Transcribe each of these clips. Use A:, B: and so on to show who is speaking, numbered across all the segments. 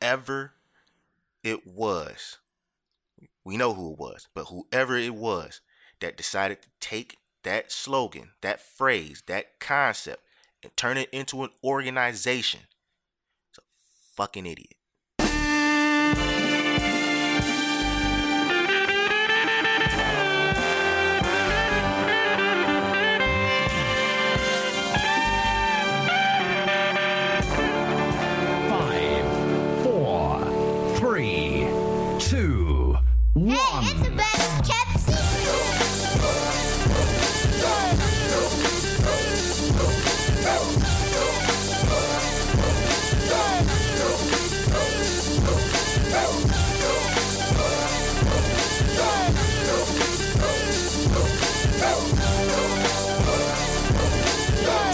A: whoever it was, we know who it was, but whoever it was that decided to take that slogan, that phrase, that concept, and turn it into an organization, it's a fucking idiot.
B: Five, four, three, two, one.
C: Hey, it's the best kept secret.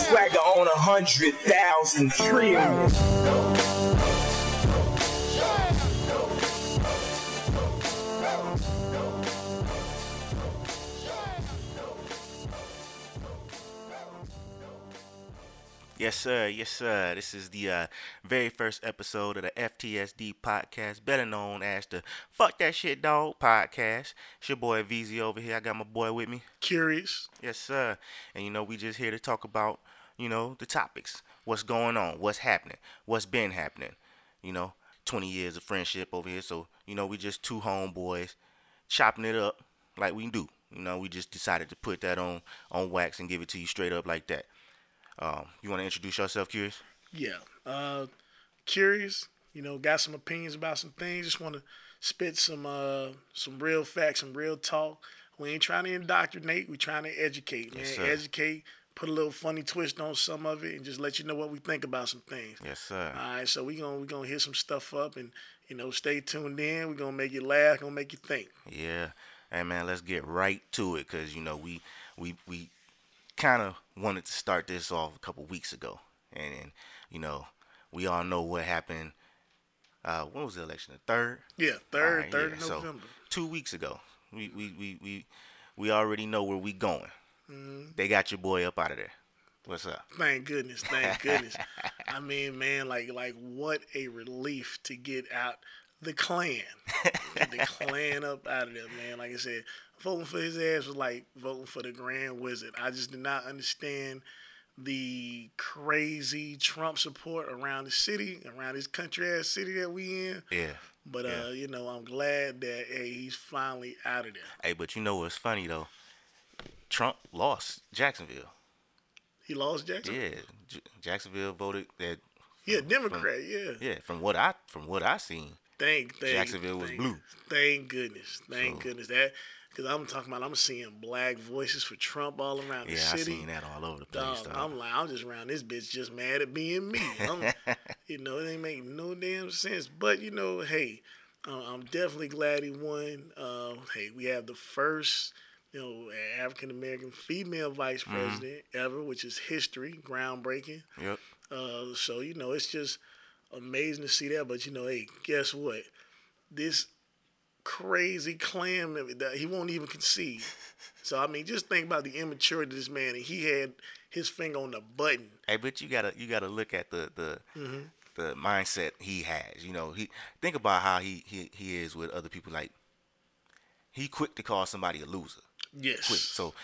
D: Swagger on a hundred thousand trillion.
A: Yes, sir. Yes, sir. This is the uh, very first episode of the FTSD podcast, better known as the Fuck That Shit Dog podcast. It's your boy VZ over here. I got my boy with me.
E: Curious.
A: Yes, sir. And you know, we just here to talk about, you know, the topics. What's going on? What's happening? What's been happening? You know, 20 years of friendship over here. So, you know, we just two homeboys chopping it up like we do. You know, we just decided to put that on on wax and give it to you straight up like that. Um, you want to introduce yourself, Curious?
E: Yeah. Uh, curious. You know, got some opinions about some things. Just want to spit some uh, some real facts, some real talk. We ain't trying to indoctrinate. We trying to educate, man.
A: Yes, sir.
E: educate. Put a little funny twist on some of it, and just let you know what we think about some things.
A: Yes, sir.
E: All right. So we gonna we gonna hit some stuff up, and you know, stay tuned in. We are gonna make you laugh. Gonna make you think.
A: Yeah. Hey man, let's get right to it cuz you know we we we kind of wanted to start this off a couple weeks ago. And, and you know, we all know what happened uh when was the election? The 3rd?
E: Yeah. Third,
A: Alright,
E: third
A: yeah,
E: of
A: so,
E: November.
A: two weeks ago. We we we we, we already know where we going.
E: Mm-hmm.
A: They got your boy up out of there. What's up?
E: Thank goodness, thank goodness. I mean, man, like like what a relief to get out the Klan, Get the Klan up out of there, man. Like I said, voting for his ass was like voting for the Grand Wizard. I just did not understand the crazy Trump support around the city, around this country ass city that we in.
A: Yeah.
E: But uh, you know, I'm glad that hey, he's finally out of there.
A: Hey, but you know what's funny though? Trump lost Jacksonville.
E: He lost Jackson. Yeah,
A: Yeah, J- Jacksonville voted that
E: Democrat. Yeah.
A: yeah, from what I from what I seen,
E: Thank, thank
A: Jacksonville was
E: thank-
A: blue.
E: Thank goodness, thank
A: So-
E: goodness that because I'm talking about I'm seeing black voices for Trump all around
A: Yeah,
E: the
A: I
E: city.
A: seen that all over the place.
E: Dog,
A: dog.
E: I'm like I'm just around this bitch just mad at being me. I'm, you know it ain't make no damn sense. But you know, hey, uh, I'm definitely glad he won. Uh, hey, we have the first you know African American female vice
A: Mm-hmm.
E: president ever, which is history, groundbreaking.
A: Yep.
E: Uh, so you know, it's just amazing to see that. But you know, hey, guess what? This crazy clam that he won't even concede. So I mean, just think about the immaturity of this man, and he had his finger on the button.
A: Hey, but you gotta you gotta look at the the
E: Mm-hmm.
A: the mindset he has. You know, he think about how he he, he is with other people. Like he quick to call somebody a loser.
E: Yes.
A: Quick. So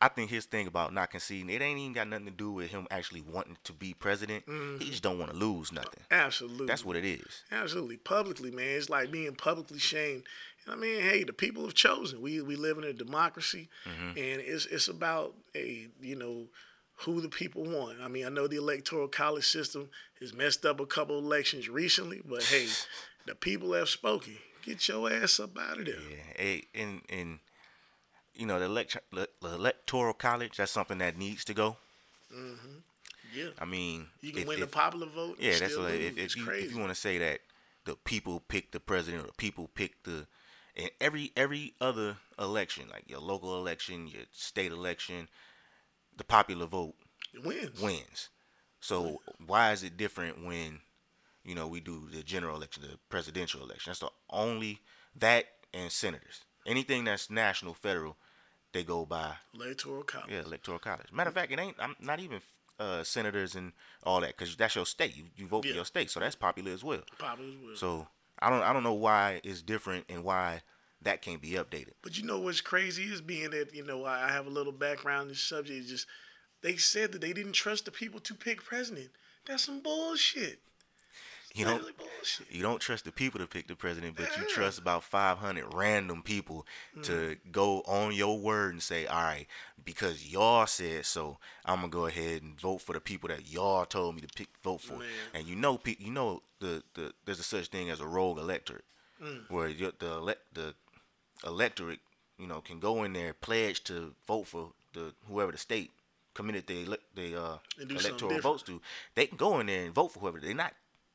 A: I think his thing about not conceding it ain't even got nothing to do with him actually wanting to be president.
E: Mm-hmm.
A: He just don't want to lose nothing.
E: Absolutely.
A: That's what it is.
E: Absolutely. Publicly, man. It's like being publicly shamed. And I mean, hey, the people have chosen. We we live in a democracy
A: Mm-hmm.
E: and it's it's about a you know, who the people want. I mean, I know the electoral college system has messed up a couple elections recently, but hey, the people have spoken. Get your ass up out of there.
A: Yeah. Hey, and and you know the, elect- the electoral college. That's something that needs to go.
E: Yeah.
A: I mean,
E: You can
A: if-
E: win the
A: if-
E: popular vote. and
A: Yeah, that's
E: still
A: what.
E: lose.
A: If,
E: it's
A: if, you,
E: crazy.
A: if you want to say that the people pick the president, or the people pick the, and every every other election, like your local election, your state election, the popular vote
E: it wins.
A: wins. So why is it different when, you know, we do the general election, the presidential election? That's the only that and senators. Anything that's national, federal, they go by
E: Electoral college.
A: yeah electoral college. Matter of fact, it ain't. I'm not even uh, senators and all that because that's your state. You, you vote
E: Yeah.
A: for your state, so that's popular as well.
E: Probably will.
A: So I don't I don't know why it's different and why that can't be updated.
E: But you know what's crazy is being that you know I I have a little background in this subject. It's just they said that they didn't trust the people to pick president. That's some bullshit.
A: You
E: Literally
A: don't
E: bullshit.
A: you don't trust the people to pick the president, but you trust about 500 random people to go on your word and say, "All right, because y'all said so, I'm gonna go ahead and vote for the people that y'all told me to pick vote for." And you know, pe- you know, the, the there's a such thing as a rogue electorate, where you, the elect the electorate, you know, can go in there pledge to vote for the whoever the state committed the elec the uh,
E: And do something
A: electoral
E: different.
A: votes to. They can go in there and vote for whoever. They're not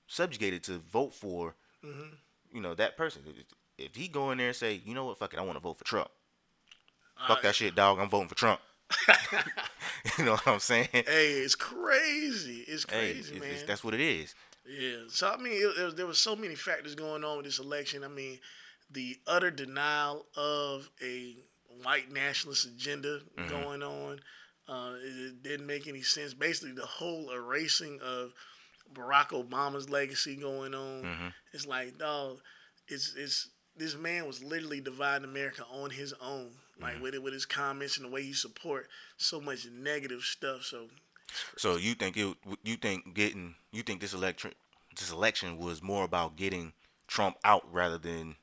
A: subjugated to vote for,
E: Mm-hmm.
A: you know, that person. If- If he go in there and say, you know what, fuck it, I want to vote for Trump. Fuck that shit, dog. I'm voting for Trump. you know what I'm saying?
E: Hey, it's crazy. It's
A: Hey,
E: crazy,
A: it's-
E: man.
A: it's- that's what it is.
E: Yeah. So I mean, it, it was- there was so many factors going on with this election. I mean, the utter denial of a white nationalist agenda going on. Uh, it, it didn't make any sense. Basically, the whole erasing of Barack Obama's legacy going on. It's like, dog, it's it's this man was literally dividing America on his own, like with it with his comments and the way he support so much negative stuff. So
A: So you think it? You think getting? You think this election? This election was more about getting Trump out rather than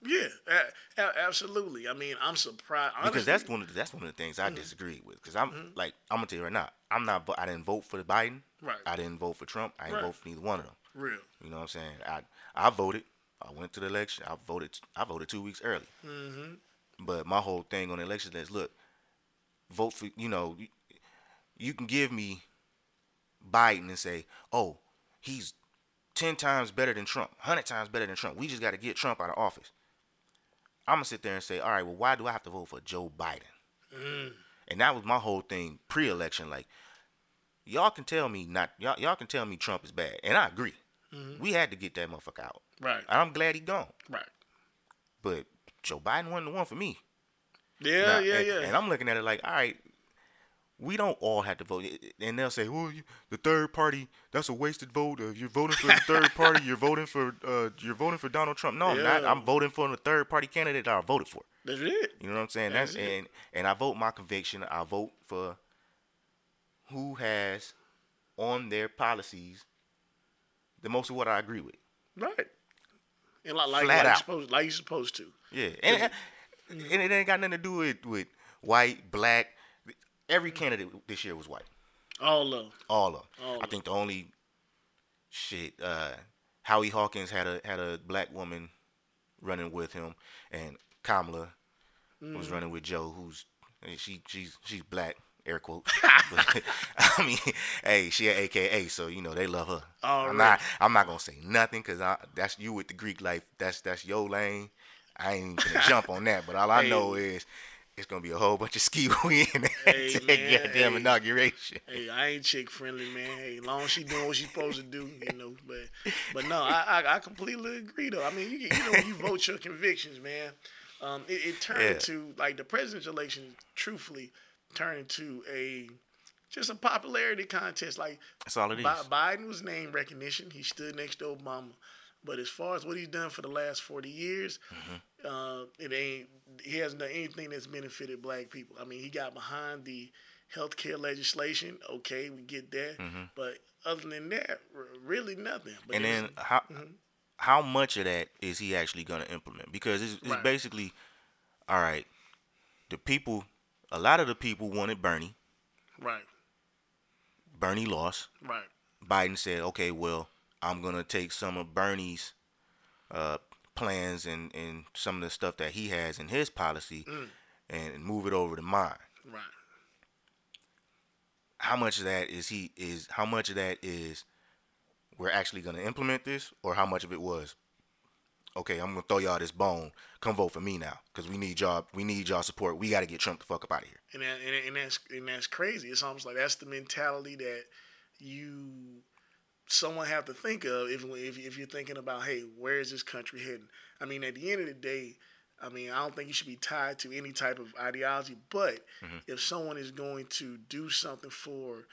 E: Yeah, a- a- absolutely. I mean, I'm surprised
A: because
E: honestly. mm-hmm.
A: that's one of the, that's one of the things I disagree with. Because I'm like I'm gonna tell you right now, I'm not. vo- I didn't vote for Biden.
E: Right.
A: I didn't vote for Trump. I didn't
E: Right.
A: vote for neither one of them.
E: real.
A: You know what I'm saying? I I voted. I went to the election. I voted. I voted two weeks early. But my whole thing on the election is look, vote for you know, you, you can give me Biden and say, oh, he's ten times better than Trump, hundred times better than Trump. We just got to get Trump out of office. I'm gonna sit there and say, all right, well, why do I have to vote for Joe Biden? And that was my whole thing pre-election. Like, y'all can tell me not y'all y'all can tell me Trump is bad, and I agree. We had to get that motherfucker out.
E: Right.
A: And I'm glad he gone.
E: Right.
A: But Joe Biden wasn't the one for me.
E: Yeah,
A: Nah,
E: yeah,
A: and,
E: yeah.
A: And I'm looking at it like, all right, we don't all have to vote. And they'll say, well, you, the third party, that's a wasted vote. Uh, you're voting for the third party. You're voting for uh, you're voting for Donald Trump. No, I'm not.
E: Yeah.
A: I'm voting for the third party candidate that I voted for.
E: That's it.
A: You know what I'm saying?
E: That's
A: That's,
E: it.
A: and and I vote my conviction. I vote for who has on their policies the most of what I agree with.
E: Right. And like like,
A: Flat
E: like you're
A: out.
E: supposed like you're supposed to.
A: Yeah, and, and it ain't got nothing to do with with white, black. Every candidate this year was white.
E: All of 'em.
A: All of them.
E: All of
A: I think the only shit uh, Howie Hawkins had a had a black woman running with him, and Kamala
E: Mm.
A: was running with Joe, who's I mean, she she's she's black air quotes. But, I mean, hey, she a AKA, so you know they love her.
E: Alright.
A: I'm not I'm not gonna say nothing because I that's you with the Greek life. That's that's your lane. I ain't even gonna jump on that, but all I
E: Hey.
A: know is. It's gonna be a whole bunch of ski in at
E: Hey,
A: the
E: man,
A: goddamn
E: hey.
A: inauguration.
E: Hey, I ain't chick friendly, man. Hey, long as she doing what she's supposed to do, you know. But but no, I I, I completely agree though. I mean, you, you know, when you vote your convictions, man. Um, it, it turned
A: Yeah.
E: into like the presidential election, truthfully, turned into a just a popularity contest. Like
A: That's all it is.
E: Bi- Biden was name recognition. He stood next to Obama. But as far as what he's done for the last 40 years,
A: Mm-hmm.
E: uh, it ain't he hasn't done anything that's benefited black people. I mean, he got behind the healthcare legislation. Okay, we get that. But other than that, r- really nothing. But
A: Mm-hmm. and
E: Mm-hmm. it's-
A: then how how much of that is he actually going to implement? Because it's, it's
E: Right.
A: basically, all right, the people, a lot of the people wanted Bernie.
E: right,
A: Bernie lost.
E: right,
A: Biden said, okay, well, I'm going to take some of Bernie's uh, plans and, and some of the stuff that he has in his policy
E: Mm.
A: and move it over to mine.
E: right,
A: How much of that is he is how much of that is we're actually going to implement this or how much of it was okay, I'm going to throw y'all this bone. Come vote for me now cuz we need y'all we need y'all support. We got to get Trump the fuck up out of here.
E: and that, and, that- and that's and that's crazy. It's almost like that's the mentality that you someone have to think of if, if if you're thinking about hey, where is this country heading? I mean, at the end of the day, I mean, I don't think you should be tied to any type of ideology. But if someone is going to do something for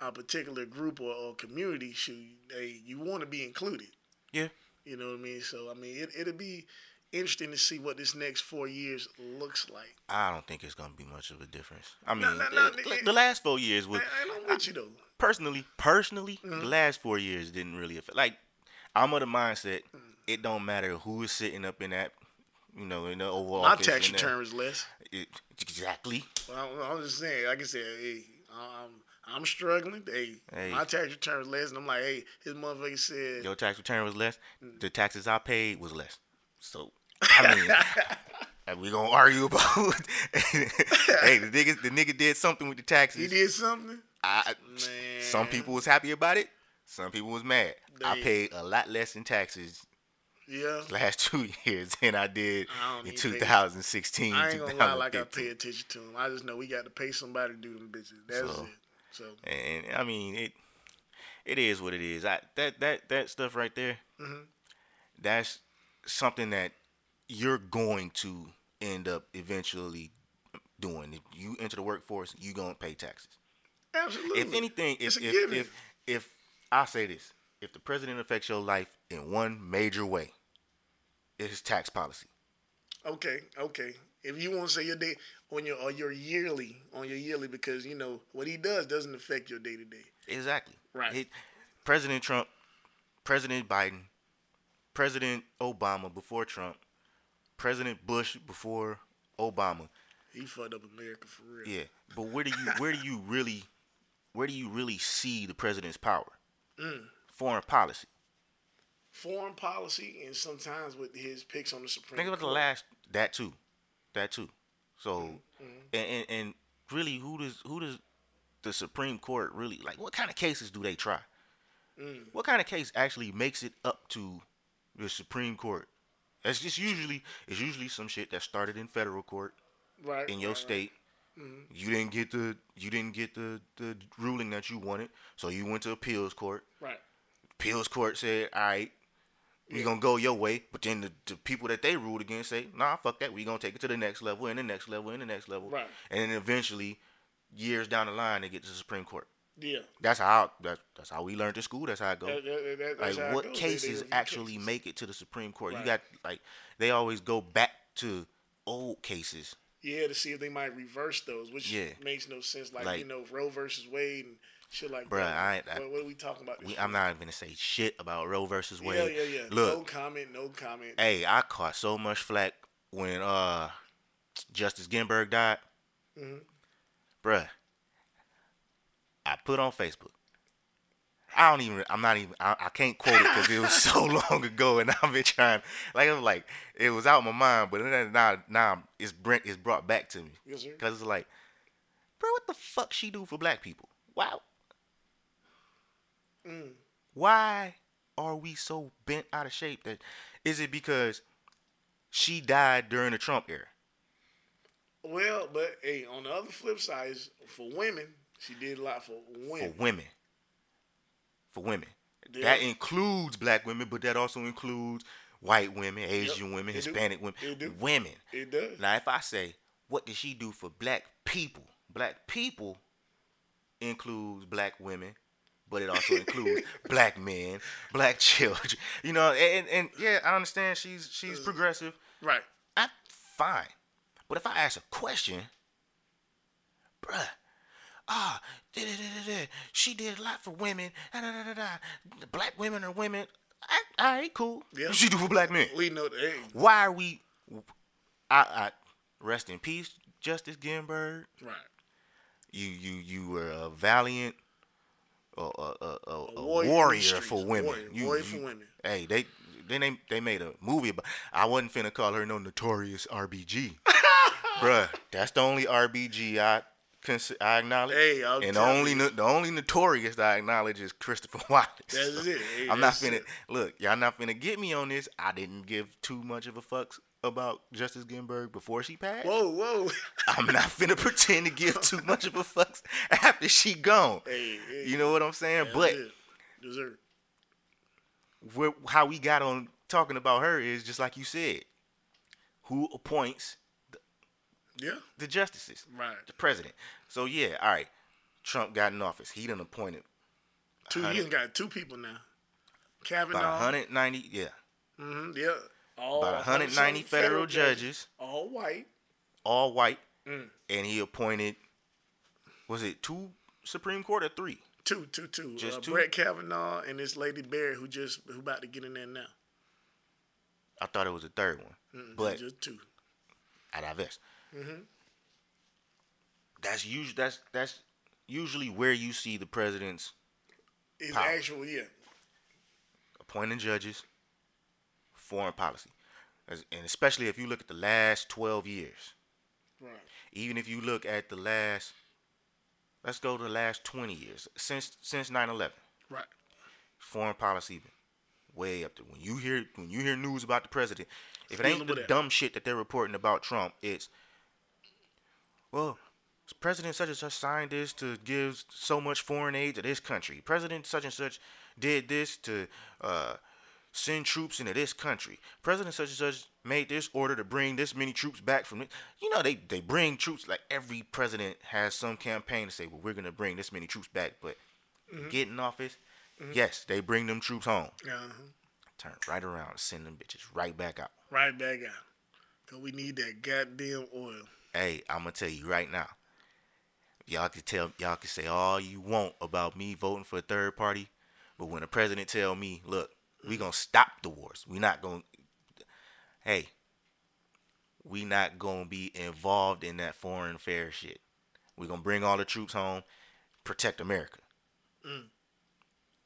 E: a particular group or, or community, shoot, they, you want to be included.
A: Yeah.
E: You know what I mean? So I mean, it, it'll be interesting to see what this next four years looks like.
A: I don't think it's gonna be much of a difference. I mean,
E: no, no,
A: the,
E: it-
A: the last four years was
E: I, Mm-hmm. I'm with you though.
A: personally, personally, the last four years didn't really affect. Like, I'm of the mindset
E: Mm.
A: it don't matter who is sitting up in that, you know, in the overall.
E: My tax return is less.
A: exactly.
E: Well, I'm, I'm just saying, like I said, hey, I'm, I'm struggling. Hey,
A: Hey.
E: my tax return is less, and I'm like, hey, his motherfucker said,
A: Your tax return was less. The taxes I paid was less. So, I mean. And we gonna argue about? hey, the nigga, the nigga did something with the taxes.
E: he did something.
A: I,
E: Man.
A: some people was happy about it. Some people was mad. I
E: They-
A: paid a lot less in taxes
E: Yeah.
A: last two years than I did
E: I don't
A: in
E: even think-
A: 2016.
E: I ain't gonna lie, like I
A: 2015.
E: pay attention to him. I just know we got to pay somebody to do them bitches. That's
A: So-
E: it. So
A: And I mean it. It is what it is. I that that that stuff right there.
E: Mm-hmm.
A: That's something that you're going to end up eventually doing. If you enter the workforce, you gonna pay taxes.
E: absolutely.
A: if anything,
E: It's
A: if
E: a
A: if,
E: given.
A: if if I say this, if the president affects your life in one major way, it's his tax policy.
E: okay, okay. If you want to say your day on your or your yearly on your yearly because you know what he does doesn't affect your day to day.
A: Exactly.
E: Right.
A: It- president Trump, President Biden, President Obama before Trump, President Bush before Obama.
E: He fucked up America for real.
A: Yeah. But where do you where do you really where do you really see the president's power? Foreign policy.
E: Foreign policy and sometimes with his picks on the Supreme.
A: Think about the
E: Court.
A: last that too, that too. So, and, and and really, who does who does the Supreme Court really like? What kind of cases do they try? What kind of case actually makes it up to the Supreme Court? That's just usually it's usually some shit that started in federal court
E: right
A: in your
E: right, right.
A: state. You didn't get the you didn't get the the ruling that you wanted, so you went to appeals court.
E: Right.
A: Appeals court said, all right, we're gonna go your way. But then the, the people that they ruled against say, nah, fuck that. We're gonna take it to the next level and the next level and the next level.
E: Right.
A: And then eventually, years down the line, they get to the Supreme Court.
E: Yeah.
A: That's how that, that's how we learned at school. That's how it goes.
E: That- that- that- that's
A: Oh. like
E: how it
A: what
E: goes. They- they
A: cases
E: review
A: actually
E: cases.
A: make it to the Supreme Court?
E: Right.
A: You got like they always go back to old cases.
E: Yeah, to see if they might reverse those, which
A: Yeah.
E: makes no sense. Like,
A: Like-
E: you know, Roe versus Wade and shit like
A: Bruh, I
E: that.
A: ain't- I-
E: what, what are we talking about?
A: We, I'm not even gonna say shit about Roe versus Wade.
E: Yeah, yeah, yeah.
A: Look,
E: no comment, no comment.
A: hey, I caught so much flack when uh Justice Ginsburg died.
E: Mm-hmm.
A: Bruh, I put on Facebook. I don't even. I'm not even. I, I can't quote it because it was so long ago, and I've been trying. Like I'm like, it was out my mind, but then now, now it's Brent is brought back to me.
E: Yes, sir.
A: Because it's like, bro, what the fuck she do for black people? Wow. Why are we so bent out of shape that is it because she died during the Trump era?
E: Well, but hey, on the other flip side, is for women, she did a lot for women.
A: For women. For women.
E: Yeah.
A: That includes black women, but that also includes white women, Asian women,
E: it do.
A: Hispanic
E: It do.
A: women. Women.
E: It does.
A: Now, if I say, what did she do for black people? Black people includes black women, but it also includes black men, black children. You know, and, and yeah, I understand she's she's
E: Uh.
A: progressive.
E: right.
A: I fine. But if I ask a question, bruh, ah, da, da, da, da, da, she did a lot for women. Da, da, da, da, da. Black women are women. I, all right, cool.
E: Yeah.
A: She do for black men
E: We know that. Hey,
A: why are we I, I rest in peace justice ginsburg
E: right.
A: you you you were a valiant a, a, a, a, a
E: warrior in
A: warrior,
E: the streets,
A: for
E: a
A: women
E: warrior, warrior for women.
A: hey they then they they made a movie about i wasn't finna call her no notorious rbg bruh that's the only rbg i cons- I acknowledge,
E: Hey, I'm
A: and the
E: telling
A: only
E: you.
A: no- the only notorious I acknowledge is Christopher Wallace.
E: That's it. Hey,
A: I'm not
E: that's
A: finna
E: it.
A: look. Y'all not finna get me on this. I didn't give too much of a fucks about Justice Ginsburg before she passed.
E: Whoa, whoa.
A: I'm not finna pretend to give too much of a fucks after she gone.
E: Hey, hey.
A: You know what I'm saying?
E: That's
A: but
E: it. Dessert.
A: where, how we got on talking about her is just like you said. Who appoints
E: Yeah.
A: the justices?
E: Right.
A: The president. So yeah, all right. Trump got in office, he done appointed
E: Two, you done got two people now.
A: about
E: Kavanaugh.
A: 190, yeah,
E: hmm yeah. All
A: about 190 federal judges, Mm.
E: All white.
A: all white, and he appointed, was it two Supreme Court or three?
E: Two, two, two.
A: Just
E: uh,
A: two?
E: Brett Kavanaugh and this lady Barry who just who about to get in there now.
A: I thought it was a third one, but
E: just two.
A: I divest. Mm-hmm. That's usually that's that's usually where you see the president's
E: It's
A: Power.
E: actual, yeah.
A: appointing judges, foreign policy, As- and especially if you look at the last 12 years.
E: Right.
A: Even if you look at the last, let's go to the last 20 years since since 9/11,
E: Right.
A: foreign policy been way up there. When you hear when you hear news about the president, if it ain't
E: Dealing with
A: the
E: it.
A: dumb shit that they're reporting about Trump, it's well, President such and such signed this to give so much foreign aid to this country. President such and such did this to uh, send troops into this country. President such and such made this order to bring this many troops back from. This. You know, they, they bring troops like every president has some campaign to say, well, we're going to bring this many troops back. But get in office, yes, they bring them troops home.
E: Uh-huh.
A: Turn right around and send them bitches right back out.
E: Right back out. Cause we need that goddamn oil.
A: Hey, I'm gonna tell you right now. Y'all can tell y'all can say all you want about me voting for a third party, but when a president tell me, look, we gonna stop the wars. We not gonna Hey, we not gonna be involved in that foreign affair shit. we gonna bring all the troops home, protect America.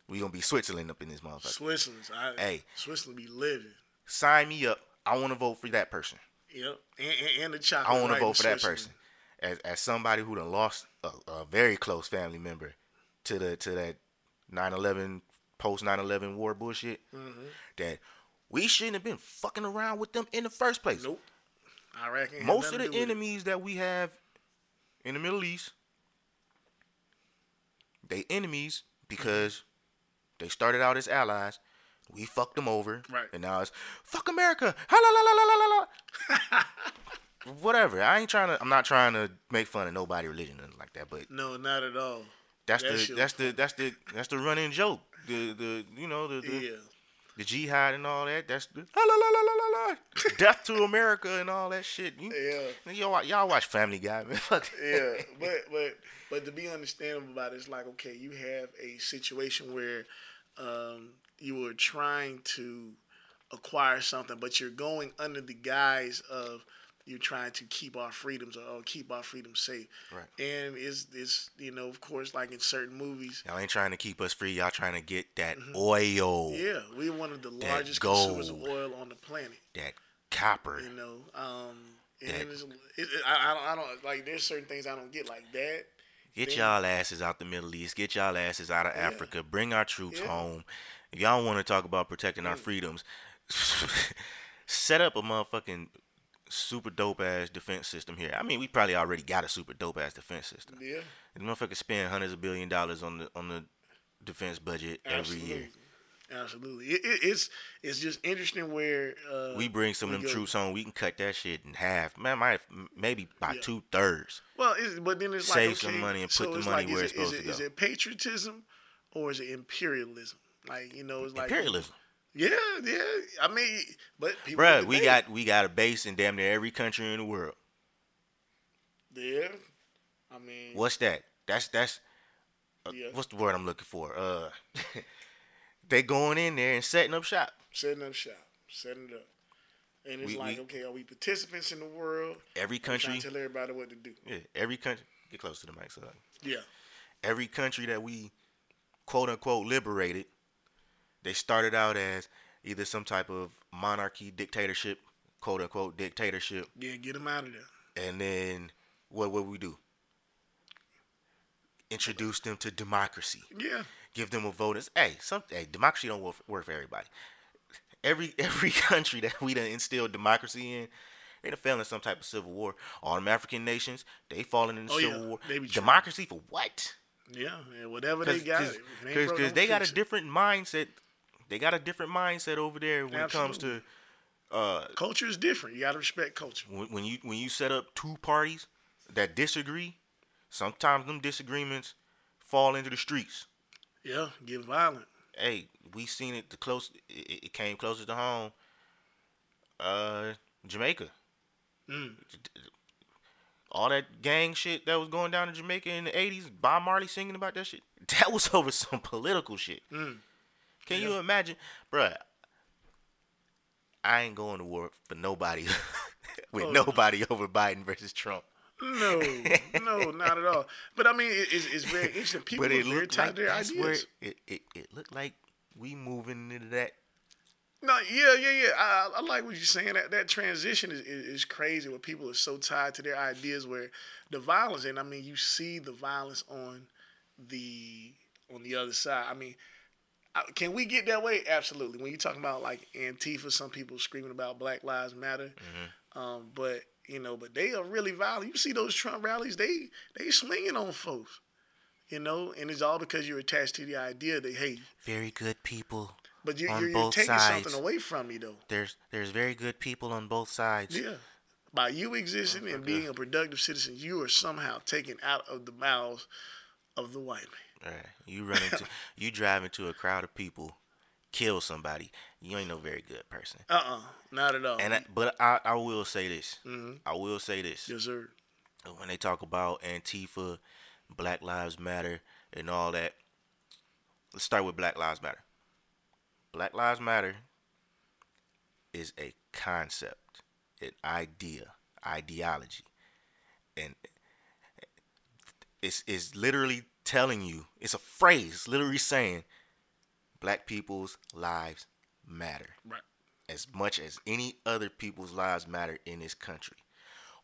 A: we gonna be Switzerland up in this motherfucker.
E: Switzerland's I
A: Hey.
E: Switzerland be living.
A: Sign me up. I wanna vote for that person.
E: Yep. And, and, and the chocolate.
A: I want
E: right
A: to
E: in
A: vote for that
E: Switzerland.
A: person. As as somebody who done lost a, a very close family member to the to that 9/11 post 9/11 war bullshit, that we shouldn't have been fucking around with them in the first place.
E: Nope. Iraq ain't had
A: Most
E: nothing
A: of
E: to
A: the
E: do with it.
A: enemies that we have in the Middle East, they enemies because they started out as allies. We fucked them over,
E: Right.
A: and now it's fuck America. Ha la la la la la la. Whatever. I ain't trying to. I'm not trying to make fun of nobody religion or nothing like that. But
E: No, not at all.
A: that's
E: That
A: the
E: shit
A: that's the that's the that's the running joke. The the you know the the,
E: Yeah.
A: the jihad and all that. That's the la la la la la la. Death to America and all that shit. You,
E: Yeah.
A: Man, Y'all, wa- y'all watch Family Guy, man. Fuck.
E: yeah, but but but to be understandable about it, it's like okay, you have a situation where um, you were trying to acquire something, but you're going under the guise of you're trying to keep our freedoms or, or keep our freedoms safe.
A: Right.
E: And it's it's you know of course like in certain movies.
A: Y'all ain't trying to keep us free. Y'all trying to get that oil,
E: Yeah, we're one of the largest consumers of
A: gold.
E: oil on the planet.
A: that copper.
E: you know. Um, and
A: That-
E: it's, it, it, I, I don't, I don't like. There's certain things I don't get like that.
A: Get y'all asses out the Middle East. Get y'all asses out of Africa. Bring our troops
E: Yeah.
A: home. If y'all want to talk about protecting our freedoms, set up a motherfucking super dope ass defense system here. I mean, we probably already got a super dope ass defense system.
E: Yeah,
A: The motherfuckers spend hundreds of billion dollars on the on the defense budget
E: absolutely,
A: every year.
E: absolutely. It, it, it's it's just interesting where uh,
A: We bring some of them
E: go-
A: troops home. We can cut that shit in half, man. Might maybe by two thirds.
E: Well, it's, but then it's like
A: Save
E: okay,
A: some money and
E: so
A: put the
E: it's
A: money
E: like,
A: where it's
E: is it,
A: supposed
E: is
A: to
E: it,
A: go.
E: Is it patriotism or is it imperialism? Like you know, it's like
A: Imperialism.
E: Yeah, yeah. I mean, but people
A: Bruh, we
E: debate.
A: got we got a base in damn near every country in the world.
E: yeah. I mean,
A: What's that? That's that's
E: yeah.
A: what's the word I'm looking for? Uh they going in there and setting up shop.
E: setting up shop, setting it up, and it's
A: We-
E: like
A: we-
E: okay, are we participants in the world?
A: Every country
E: Trying to tell everybody what to do.
A: yeah, every country get close to the mic, so
E: Yeah.
A: every country that we quote unquote liberated, they started out as either some type of monarchy, dictatorship, quote unquote dictatorship,
E: Yeah, get them out of there.
A: and then what would we do? Introduce them to democracy.
E: Yeah.
A: give them a vote. It's, hey, some hey, democracy don't work, work for everybody. Every every country that we done instilled democracy in, they done fell in some type of civil war. All them African nations, they falling in the
E: Oh,
A: civil
E: yeah.
A: war.
E: They be tripping.
A: democracy for what?
E: Yeah. And whatever they got.
A: Because
E: if it ain't broke,
A: because
E: don't
A: they got
E: fix
A: a
E: it.
A: different mindset. They got a different mindset over there when it comes
E: Absolutely.
A: to
E: culture is different. You gotta respect culture.
A: when, when you when you set up two parties that disagree. Sometimes them disagreements fall into the streets.
E: Yeah, get violent.
A: Hey, we seen it the close. It, it came closer to home. Uh, Jamaica.
E: Mm.
A: All that gang shit that was going down in Jamaica in the '80s. Bob Marley singing about that shit. That was over some political shit.
E: Mm.
A: Can you imagine, bruh? I ain't going to war for nobody
E: Oh,
A: with nobody over Biden versus Trump.
E: No, no, not at all. But I mean, it, it's, it's very interesting. People
A: But it
E: are very
A: looked
E: tied
A: like
E: to their
A: that's where
E: ideas.
A: it, it, it, looked like we moving into that.
E: No, yeah, yeah, yeah. I, I I like what you're saying. That that transition is, is, is crazy. Where people are so tied to their ideas, where the violence, and I mean, you see the violence on the on the other side. I mean, I- can we get that way? Absolutely. When you're talking about like Antifa, some people screaming about Black Lives Matter,
A: Mm-hmm.
E: um, but you know, but they are really violent. You see those Trump rallies, they they swinging on folks, you know, and it's all because you're attached to the idea that hey,
A: Very good people
E: but you,
A: on
E: you're, you're
A: both
E: taking
A: sides.
E: something away from me though.
A: There's there's very good people on both sides.
E: Yeah. By you existing and being a productive citizen, you are somehow taken out of the mouths of the white man.
A: Right. You run into you drive into a crowd of people, kill somebody. You ain't no very good person.
E: Uh uh Not at all.
A: And I, but I, I will say this. I will say this.
E: Mm-hmm. yes, sir.
A: when they talk about Antifa, Black Lives Matter, and all that. Let's start with Black Lives Matter. Black Lives Matter is a concept, an idea, ideology. And it's, it's literally telling you, it's a phrase literally saying, Black people's lives matter
E: Right.
A: as much as any other people's lives matter in this country.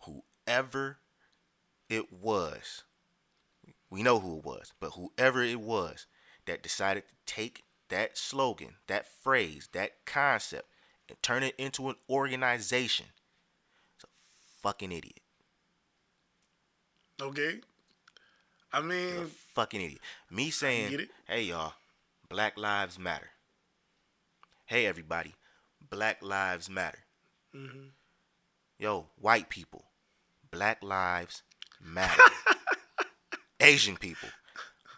A: Whoever it was, we know who it was, but whoever it was that decided to take that slogan, that phrase, that concept, and turn it into an organization, it's a fucking idiot.
E: Okay. I
A: A
E: mean,
A: fucking idiot. Me saying,
E: it.
A: hey y'all, Black Lives Matter. Hey everybody, Black Lives Matter.
E: Mm-hmm.
A: Yo, white people, Black Lives Matter. Asian people,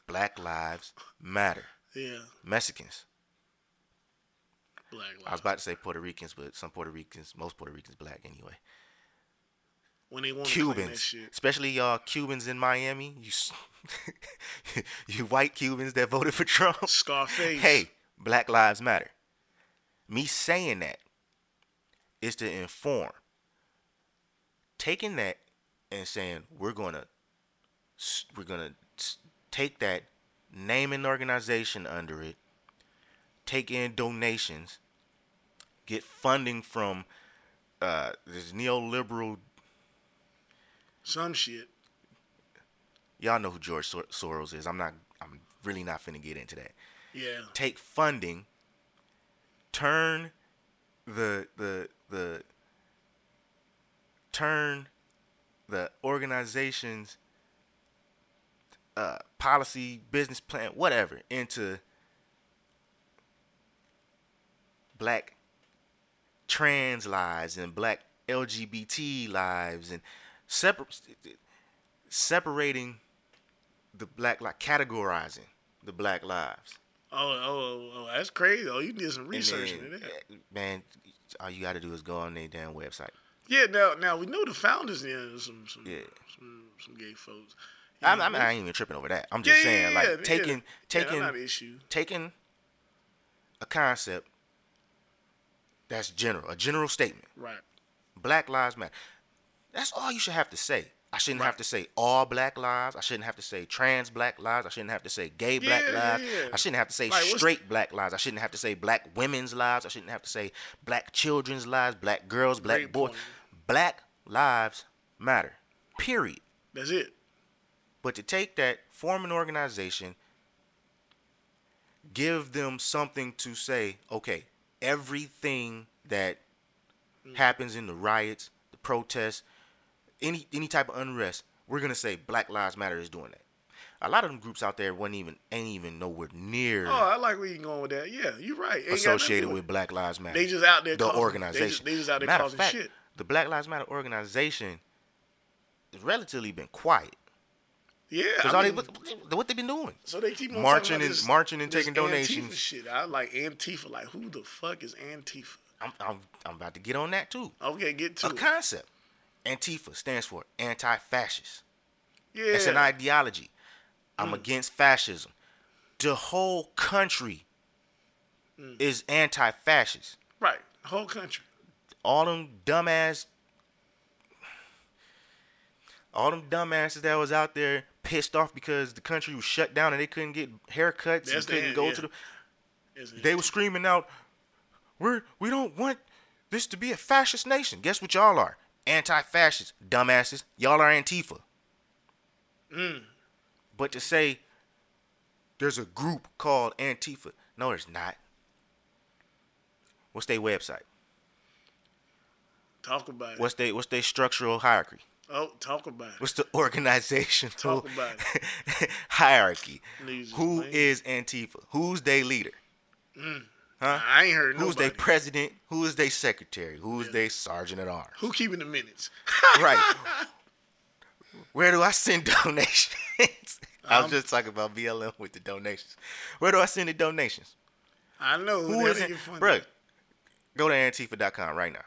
A: Black Lives Matter.
E: yeah.
A: Mexicans,
E: Black
A: I was
E: lives.
A: about to say Puerto Ricans, but some Puerto Ricans, most Puerto Ricans, black anyway.
E: When they want to claim that
A: Cubans,
E: shit.
A: especially y'all Cubans in Miami, you s- you white Cubans that voted for Trump.
E: Scarface.
A: hey, Black Lives Matter. Me saying that is to inform. Taking that and saying we're gonna s- we're gonna s- take that, name an organization under it, take in donations, get funding from uh, this neoliberal.
E: Some shit.
A: Y'all know who George Sor- Soros is. I'm not. I'm really not finna get into that.
E: Yeah.
A: take funding, turn the the the turn the organization's uh, policy, business plan, whatever, into black trans lives and black LGBT lives and separ- separating the black like categorizing the black lives
E: Oh, oh, oh, oh, that's crazy. Oh, you did some
A: and
E: research
A: then,
E: into that.
A: uh, Man, all you got to do is go on their damn website.
E: Yeah, now now we know the founders yeah, there's some some,
A: Yeah.
E: some some gay folks.
A: I'm, I'm, I ain't even tripping over that. I'm just saying, like taking
E: yeah. yeah,
A: taking
E: that's not an issue.
A: taking a concept that's general, a general statement.
E: Right.
A: Black lives matter. That's all you should have to say. I shouldn't have to say all black lives. I shouldn't have to say trans black lives. I shouldn't have to say gay black
E: Yeah, yeah,
A: lives.
E: yeah.
A: I shouldn't have to say
E: Like, what's-
A: straight black lives. I shouldn't have to say black women's lives. I shouldn't have to say black children's lives, black girls, black
E: Great
A: boys.
E: point.
A: Black lives matter. Period.
E: That's it.
A: But to take that, form an organization, give them something to say, okay, everything that
E: Mm.
A: happens in the riots, the protests, any any type of unrest, we're gonna say Black Lives Matter is doing that. A lot of them groups out there wasn't even ain't even nowhere near
E: Oh, I like where you're going with that. Yeah, you're right. Ain't got nothing to
A: associated
E: do
A: with Black Lives Matter.
E: They just out there
A: the
E: causing- they
A: organization.
E: just- they just out there
A: Matter
E: causing
A: of fact,
E: shit.
A: The Black Lives Matter organization has relatively been quiet.
E: it. Yeah,
A: Because
E: I
A: all they
E: mean-
A: what, what they been doing?
E: So they keep on
A: Marching
E: talking about
A: and-
E: this-
A: marching and
E: this
A: taking
E: Antifa
A: donations.
E: Shit, I like Antifa. Like, who the fuck is Antifa?
A: I'm, I'm I'm about to get on that too.
E: Okay, get to
A: A
E: it.
A: concept. Antifa stands for anti-fascist.
E: yeah, Mm.
A: It's an ideology. I'm against fascism. The whole country
E: Mm.
A: is anti-fascist.
E: right. Whole country.
A: all them dumbass all them dumbasses that was out there pissed off because the country was shut down and they couldn't get haircuts
E: That's
A: and
E: the
A: couldn't
E: end,
A: go
E: yeah.
A: to the
E: Is it-
A: they were screaming out we're we don't want this to be a fascist nation guess what y'all are anti-fascist dumbasses y'all are antifa
E: Mm.
A: but to say there's a group called antifa no there's not what's their website
E: talk about it.
A: what's they what's their structural hierarchy
E: oh, talk about it.
A: What's the organizational
E: Talk about
A: hierarchy?
E: Niggas
A: Who
E: is lame.
A: is Antifa? Who's their leader?
E: I ain't heard
A: Who's
E: nobody.
A: their president? Who is their secretary? Who is their sergeant at arms?
E: Who keeping the minutes?
A: right. Where do I send donations? I
E: Um,
A: was just talking about BLM with the donations. Where do I send the donations?
E: I know
A: Who is
E: that
A: it?
E: ain't funny.
A: Bruh, go to Antifa.com right now.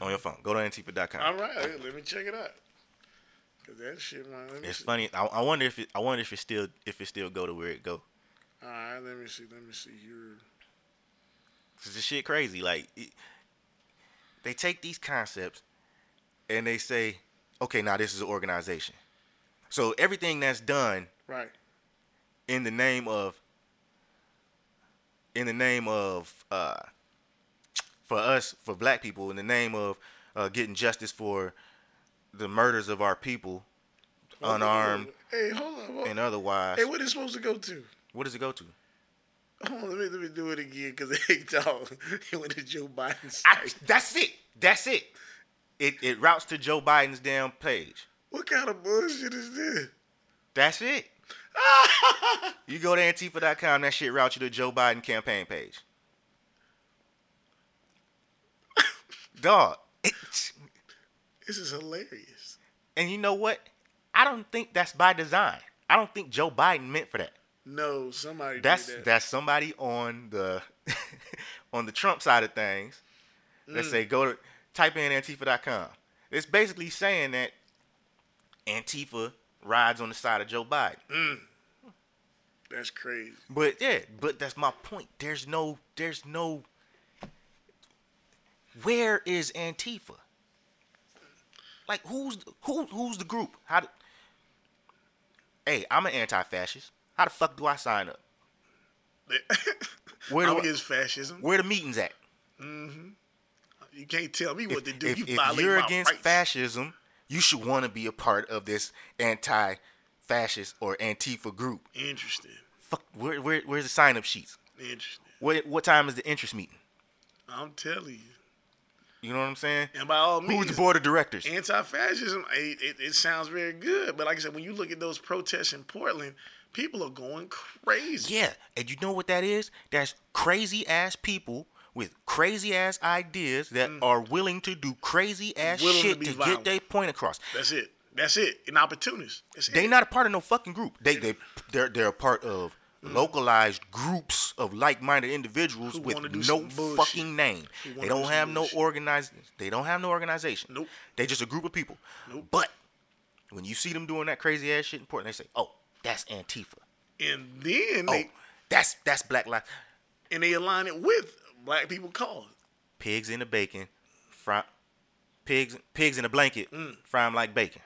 A: On your phone. Go to Antifa.com.
E: All right, let me check it out. Cause that shit, man. Let me
A: It's
E: see.
A: funny. I, I wonder if it, I wonder if it still if it still go to where it go.
E: All right, let me see. Let me see here.
A: Cause the shit crazy. Like it- they take these concepts and they say, okay, now this is an organization. So everything that's done
E: Right.
A: in the name of in the name of uh for us for black people in the name of uh, getting justice for the murders of our people unarmed
E: Hey, hold on. What,
A: and otherwise
E: hey, what is it supposed to go to?
A: what does it go to
E: Hold on, let me let me do it again because hey, dog, it went to Joe Biden's.
A: I, that's it that's it it it routes to joe biden's damn page
E: What kind of bullshit is this?
A: That's it. you go to Antifa.com, that shit routes you to Joe Biden campaign page. Dog.
E: This is hilarious.
A: And you know what? I don't think that's by design. I don't think Joe Biden meant for that.
E: No, somebody
A: That's
E: did that.
A: that's somebody on the on the Trump side of things. Let's say go to type in Antifa.com. It's basically saying that Antifa rides on the side of Joe Biden.
E: That's crazy.
A: But yeah, but that's my point. There's no, there's no. Where is Antifa? Like who's who? Who's the group? How? Do, hey, I'm an anti-fascist. How the fuck do I sign up? Where do
E: I'm
A: I,
E: against fascism.
A: where the meetings at?
E: You can't tell me what to do.
A: If,
E: you
A: if
E: violate
A: you're
E: my
A: against
E: rights.
A: fascism, you should want to be a part of this anti-fascist or Antifa group.
E: Interesting.
A: Fuck, where, where where's the sign-up sheets?
E: Interesting.
A: What what time is the interest meeting?
E: I'm telling you.
A: You know what I'm saying?
E: And by all
A: Who's
E: means,
A: the board of directors?
E: anti-fascism, eh, it, it, it sounds very good. But like I said, when you look at those protests in Portland, people are going crazy.
A: Yeah, and you know what that is? That's crazy ass people with crazy ass ideas that are willing to do crazy ass
E: Mm. Willing to
A: shit
E: be
A: to,
E: violent.
A: get their point across.
E: That's it. That's it. An opportunist. That's
A: They
E: it.
A: not a part of no fucking group. They they they're they're a part of localized groups of like-minded individuals
E: Mm. Who wanna
A: with
E: do
A: no
E: some bullshit.
A: fucking name.
E: Who wanna
A: They
E: do
A: don't
E: some
A: have no
E: bullshit.
A: organized they don't have no organization.
E: Nope.
A: They just a group of people.
E: Nope.
A: But when you see them doing that crazy ass shit in Portland, they say, "Oh, that's Antifa.
E: And then
A: Oh,
E: they
A: that's that's Black Lives."
E: and they align it with black people cause.
A: pigs in the bacon, fry, pigs pigs in a blanket, mm, fry 'em like bacon.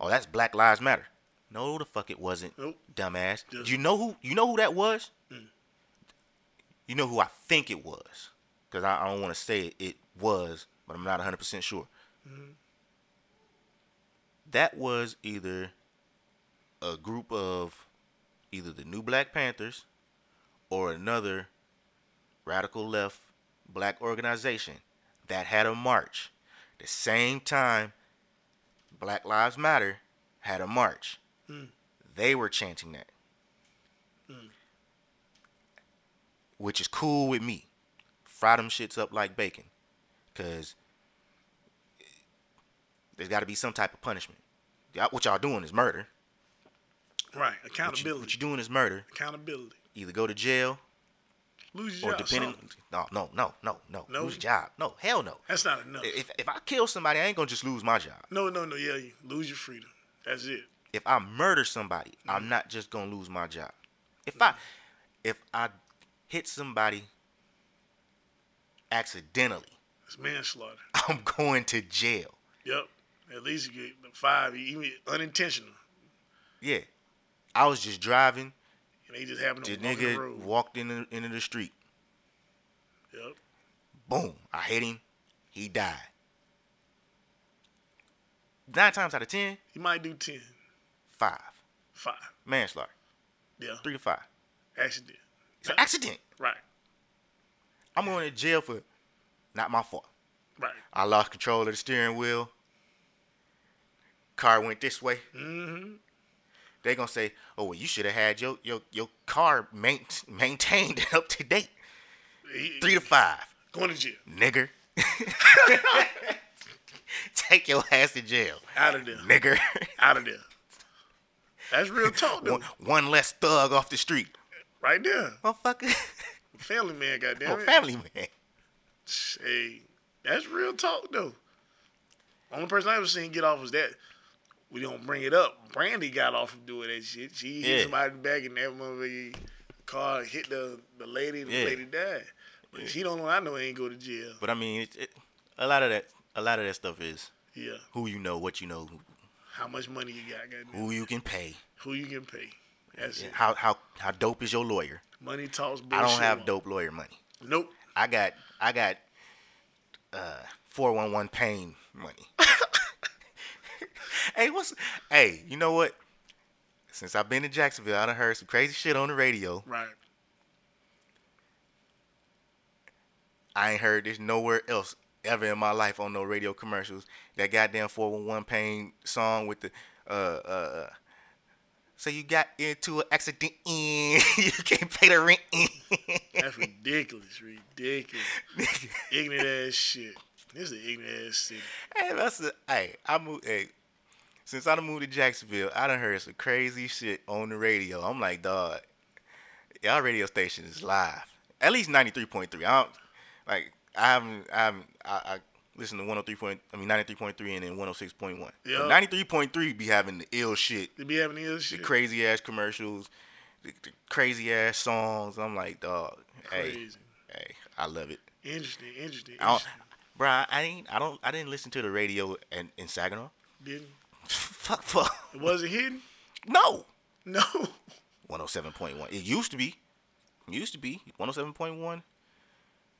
A: Oh, that's Black Lives Matter. No, the fuck it wasn't,
E: Nope.
A: dumbass.
E: Yeah.
A: You know who? You know who that was? You know who I think it was, because I, I don't want to say it, it was, but I'm not 100 percent sure. That was either a group of either the New Black Panthers or another radical left black organization that had a march the same time black lives matter had a march
E: Hmm.
A: they were chanting that which is cool with me fry them shits up like bacon because there's got to be some type of punishment y'all, what y'all doing is murder.
E: Right.
A: What you,
E: Accountability.
A: what you doing is murder.
E: Accountability.
A: Either go to jail
E: Lose
A: or
E: your job.
A: depending.
E: something.
A: No, no, no, no, no.
E: No?
A: Lose your job. No, hell no.
E: That's not enough.
A: If if I kill somebody, I ain't gonna just lose my job.
E: no, no, no. Yeah, you lose your freedom. That's it.
A: If I murder somebody, I'm not just gonna lose my job. If I if I hit somebody accidentally,
E: It's manslaughter.
A: I'm going to jail.
E: Yep. At least you get five, even unintentional.
A: Yeah. I was just driving.
E: And they just happen
A: The
E: to walk the
A: nigga
E: road.
A: walked in the, into the street.
E: Yep.
A: Boom. I hit him. He died. Nine times out of ten,
E: You might do 10,
A: five.
E: 5.
A: Manslaughter.
E: Yeah.
A: Three to five.
E: Accident.
A: It's an accident.
E: Right.
A: I'm going to jail for not my fault.
E: Right.
A: I lost control of the steering wheel. Car went this way. Mm-hmm. They gonna say, "Oh, well, you should have had your your your car main, maintained and up to date."
E: He-
A: Three to five,
E: Going to jail.
A: nigger. Take your ass to jail,
E: Out of there.
A: nigger.
E: Out of there. That's real talk, though.
A: one, one less thug off the street,
E: Right there.
A: motherfucker.
E: Family man, goddamn
A: Well,
E: it.
A: Oh, family man.
E: Hey, that's real talk though. Only person I ever seen get off was that. We don't bring it up. Brandy got off from doing that shit. She hit
A: Yeah.
E: somebody in the back in that movie. Car hit the the lady. The
A: Yeah.
E: lady died. But she don't know. I know ain't go to jail.
A: But I mean, it, it, a lot of that, a lot of that stuff is
E: Yeah.
A: who you know, what you know,
E: How much money you got? Goddamn.
A: who you can pay,
E: Who you can pay? That's it.
A: how how how dope is your lawyer.
E: Money talks. Bullshit
A: I don't have
E: walk.
A: dope lawyer money.
E: Nope.
A: I got I got uh 411 pain money. hey, what's Hey, you know what? Since I've been in Jacksonville, I done heard some crazy shit on the radio.
E: Right.
A: I ain't heard this nowhere else ever in my life on no radio commercials. That goddamn 411 pain song with the uh uh so you got into an accident and you can't pay the rent.
E: That's ridiculous. Ridiculous. ignorant ass shit. This is an ignorant ass city.
A: Hey, that's a, hey. I moved. Hey, since I done moved to Jacksonville, I done heard some crazy shit on the radio. I'm like, dog, y'all radio station is live. At least ninety three point three. I don't like. I haven't. I haven't. I, I listen to one hundred three point. I mean ninety three point three and then one hundred six point one.
E: Yeah.
A: Ninety three point three be having the ill shit,
E: They be having ill shit.
A: the crazy ass commercials, the, the crazy ass songs. I'm like, dog, hey,
E: Crazy.
A: hey, I love it.
E: Interesting, interesting.
A: I don't,
E: interesting.
A: bruh, I ain't. I don't. I didn't listen to the radio in, in Saginaw.
E: Didn't
A: Fuck, fuck.
E: it wasn't hidden?
A: No.
E: No.
A: 107.1. It used to be. It used to be. 107.1.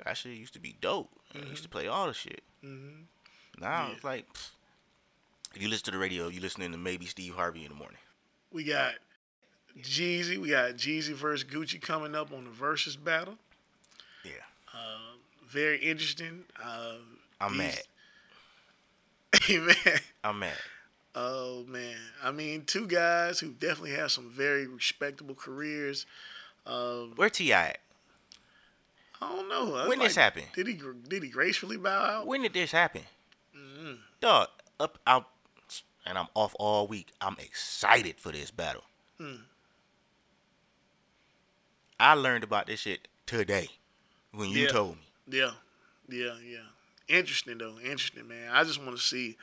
A: That shit used to be dope. I used to play all the shit. Now it's like, pfft. if you listen to the radio, you listening to maybe Steve Harvey in the morning.
E: We got Jeezy. We got Jeezy versus Gucci coming up on the versus battle.
A: Yeah.
E: Very interesting. Uh,
A: I'm
E: these-
A: mad.
E: Hey, man.
A: I'm mad.
E: Oh man. I mean, two guys who definitely have some very respectable careers.
A: Where Ti at?
E: I don't know. I was
A: When this happened?
E: Did he gr- did he gracefully bow out?
A: When did this happen?
E: Mm-hmm.
A: Dog, up out, and I'm off all week. I'm excited for this battle.
E: Mm.
A: I learned about this shit today when you
E: Yeah.
A: told me.
E: Yeah, yeah, yeah. Interesting though. Interesting, man. I just want to see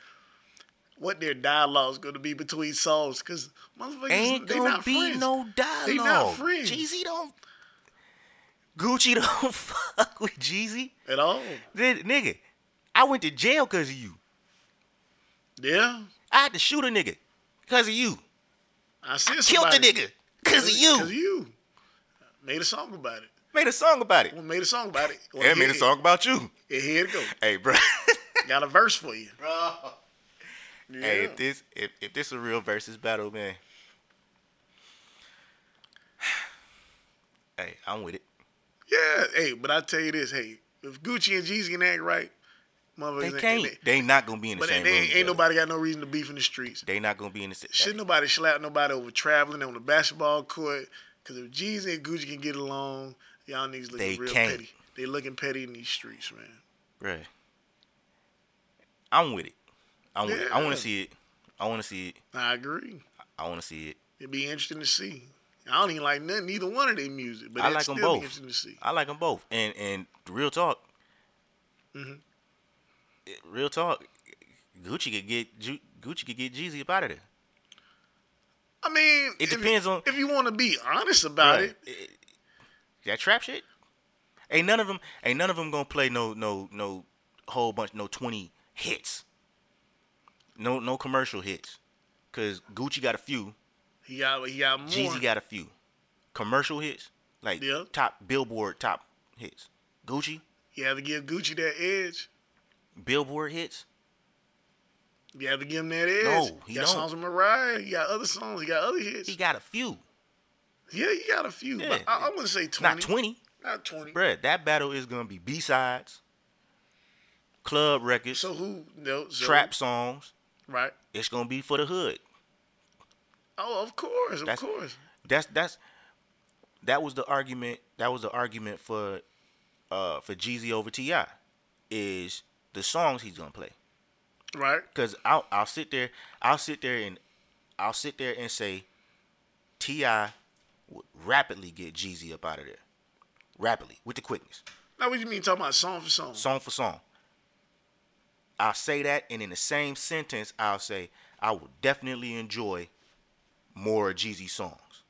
E: what their dialogue's going to be between songs, because motherfuckers
A: Ain't
E: they
A: gonna
E: not
A: be
E: friends.
A: no dialogue.
E: They not friends
A: Jeezy don't. Gucci don't fuck with Jeezy.
E: at all.
A: Th- Nigga, I went to jail because of you.
E: Yeah,
A: I had to shoot a nigga because of you.
E: I said
A: Killed a
E: somebody.
A: nigga because of
E: Cause
A: you.
E: you made a song about it.
A: Made a song about it.
E: Well, made a song about it. Well,
A: Yeah,
E: here
A: made a
E: it-
A: song about you.
E: Yeah, here it go.
A: Hey, bro.
E: Got a verse for you. Yeah.
A: Oh. Hey, if this if, if this a real versus battle, man. hey, I'm with it.
E: yeah. Hey, but I tell you this. Hey, if Gucci and Jeezy can act right, motherfuckers
A: They
E: ain't-
A: can't.
E: ain't-
A: They not gonna be in the
E: But
A: same
E: ain't,
A: room.
E: ain't,
A: together.
E: ain't nobody got no reason to beef in the streets.
A: They not gonna be in the. sa-
E: Should nobody slap nobody over traveling on the basketball court? Because if Jeezy and Gucci can get along, y'all niggas looking
A: They
E: real
A: can't.
E: petty. They looking petty in these streets, man.
A: Bruh. I'm with it. I'm with it. I want
E: Yeah.
A: to see it. I want to see it.
E: I agree.
A: I want to see it.
E: It'd be interesting to see. I don't even like none, neither one of their music, but
A: I
E: it'd
A: like
E: still
A: them
E: be
A: both.
E: interesting to see.
A: I like them both. And and real talk,
E: Mm-hmm.
A: It- real talk, Gucci could get Ju- Gucci could get Jeezy up out of there.
E: I mean,
A: It
E: if you-
A: depends on-
E: if you want to be honest about
A: Right.
E: it.
A: It- That trap shit. Ain't none of them. Ain't none of them gonna play no no no whole bunch no twenty hits. No no commercial hits, cause Gucci got a few.
E: He got he got more.
A: Jeezy got a few commercial hits, like
E: Yeah.
A: top Billboard top hits. Gucci
E: you have to give Gucci that edge.
A: Billboard hits.
E: You have to give him that edge.
A: No, he
E: he got
A: don't.
E: songs with Mariah. He got other songs. He got other hits.
A: He got a few,
E: yeah, he got a few. But
A: Yeah.
E: I, I wouldn't say twenty.
A: not twenty,
E: Not twenty.
A: bruh. That battle is gonna be B sides, club records,
E: So who? No. So,
A: trap songs.
E: Right.
A: It's gonna be for the hood.
E: Oh, of course, of
A: That's-
E: course.
A: That's that's that was the argument. That was the argument for uh for Jeezy over Ti is the songs he's gonna play.
E: Right.
A: Cause I'll I'll sit there I'll sit there and I'll sit there and say Ti would rapidly get Jeezy up out of there, rapidly with the quickness,
E: Now, what do you mean talking about song for song?
A: song for song. I'll say that, and in the same sentence, I'll say I will definitely enjoy more of Jeezy songs,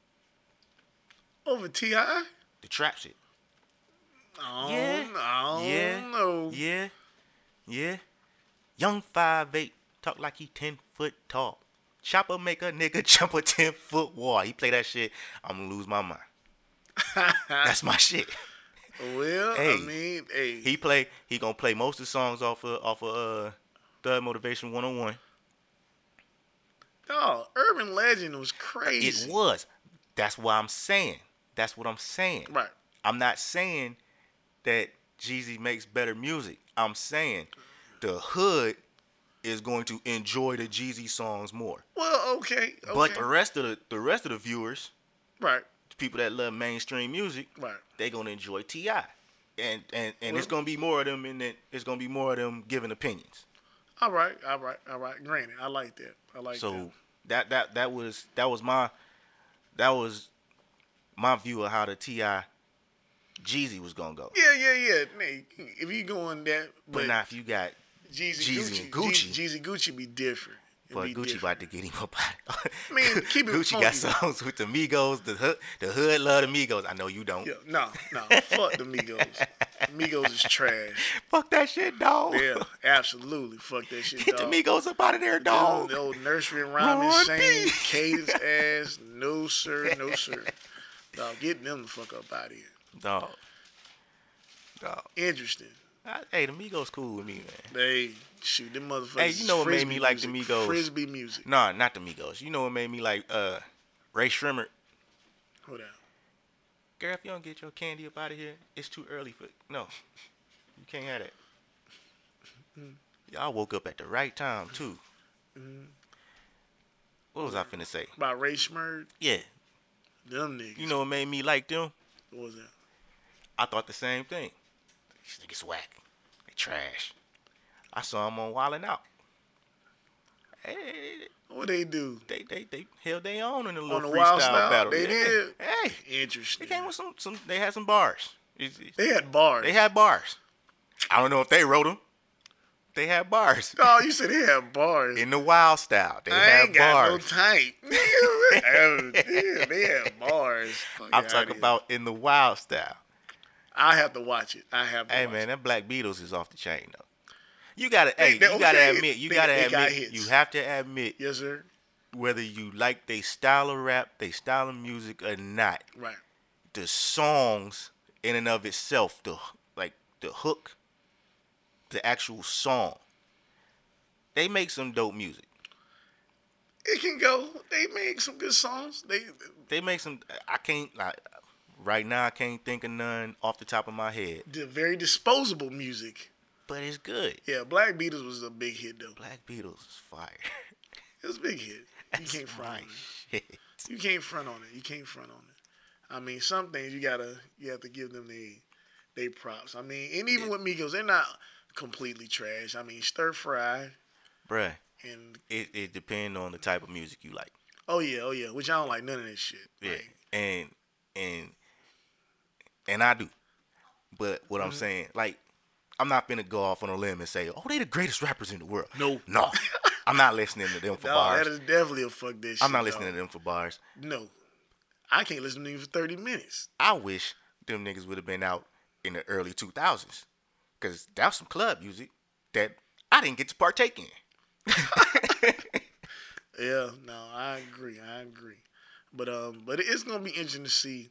E: Over Ti? I
A: the trap shit.
E: don't,
A: Yeah.
E: I don't know.
A: Yeah. Yeah. Young five eight, talk like he 10 foot tall. Chopper make a nigga jump a 10 foot wall. He play that shit, I'm gonna lose my mind. That's my shit.
E: Well, I
A: Hey.
E: mean, hey,
A: He play he gonna play most of the songs off of off of uh Third Motivation 101.
E: dog, Urban Legend was crazy.
A: It was. That's what I'm saying. That's what I'm saying.
E: Right.
A: I'm not saying that Jeezy makes better music. I'm saying the hood is going to enjoy the Jeezy songs more.
E: Well, okay, okay.
A: But the rest of the the rest of the viewers,
E: right,
A: the people that love mainstream music,
E: right.
A: they're gonna enjoy Ti. And and and it's
E: Well-
A: gonna be more of them, and then it's gonna be more of them giving opinions.
E: All right, all right, all right. Granted, I like that. I like
A: So
E: that.
A: that that that was that was my that was my view of how the Ti Jeezy was gonna go.
E: Yeah, yeah, yeah. Man, if you going that,
A: But, now if you got
E: Jeezy,
A: Jeezy
E: Gucci,
A: and
E: Gucci,
A: Gucci.
E: Jeezy Gucci be different. It'd
A: But
E: be
A: Gucci
E: different.
A: about to get him up out.
E: I mean, keep it
A: Gucci got
E: funky.
A: songs with the Migos, the hood, the hood love the Migos. I know you don't.
E: Yeah, no, no. fuck the Migos. Migos is trash.
A: Fuck that shit, dog.
E: Yeah, absolutely. Fuck that shit.
A: Get
E: dog.
A: the Migos up out of there,
E: No,
A: dog.
E: no nursery rhyming,
A: Roy
E: same
A: P.
E: cadence ass. No sir, no sir. Dog, get them the fuck up out of here.
A: Dog. Dog.
E: Interesting.
A: I, hey, the Migos cool with me, man.
E: They shoot them motherfuckers.
A: Hey, you know what made
E: Frisbee
A: me like the
E: music,
A: Migos?
E: Frisbee music.
A: Nah, not the Migos. You know what made me like uh Ray Shrimmer?
E: Hold on.
A: Girl, if you don't get your candy up out of here, it's too early for no. You can't have that.
E: Mm-hmm.
A: Y'all woke up at the right time too. What was I finna say?
E: By Ray Schmurd,
A: Yeah,
E: them niggas.
A: you know what made me like them?
E: what was that?
A: I thought the same thing. These niggas whack. They trash. I saw them on Wildin' Out. Hey,
E: What they do?
A: they they they held they own in a little
E: the
A: freestyle
E: Wild Style,
A: battle.
E: they did.
A: Hey,
E: Interesting.
A: they came with some some. They had some bars. It's- it's-
E: They had bars.
A: They had bars. I don't know if they wrote them. They had bars
E: Oh, you said they had bars.
A: in the wild style. They
E: I
A: had
E: ain't got no
A: bars.
E: type. oh, damn, they had bars. Fuck
A: I'm
E: outta
A: talking
E: here.
A: about in the wild style.
E: I have to watch it. I have. To
A: Hey
E: watch
A: man,
E: It.
A: that Black Beatles is off the chain though. You gotta,
E: They-
A: hey,
E: they
A: you gotta
E: okay.
A: admit, you
E: They-
A: gotta
E: they got
A: admit,
E: hits.
A: you have to admit
E: Yes, sir.
A: whether you like they style of rap, they style of music or not.
E: Right.
A: The songs in and of itself, the like the hook, the actual song, they make some dope music.
E: It can go. They make some good songs. They
A: They make some. I can't. I, right now, I can't think of none off the top of my head,
E: the very disposable music.
A: but it's good.
E: Yeah, Black Beatles was a big hit though.
A: Black Beatles is fire.
E: It was a big hit. You can't front on
A: Right.
E: it.
A: Shit.
E: You can't front on it. You can't front on it. I mean, some things you gotta you have to give them they they props. I mean, and even with Migos, they're not completely trash. I mean, Stir Fry
A: Bruh.
E: And
A: It it depends on the type of music you like.
E: oh yeah, oh yeah, which I don't like none of this shit.
A: Yeah,
E: Like,
A: and and and I do, but what I'm saying, like, I'm not gonna go off on a limb and say, "Oh, they the greatest rappers in the world."
E: No.
A: no, I'm not listening to them for
E: no,
A: bars.
E: that is definitely a fuck this.
A: I'm not listening to them for bars.
E: to. No, I can't listen to him for thirty minutes.
A: I wish them niggas would have been out in the early 2000s, cause that was some club music that I didn't get to partake in.
E: Yeah, no, I agree. I agree. But um, but it's gonna be interesting to see.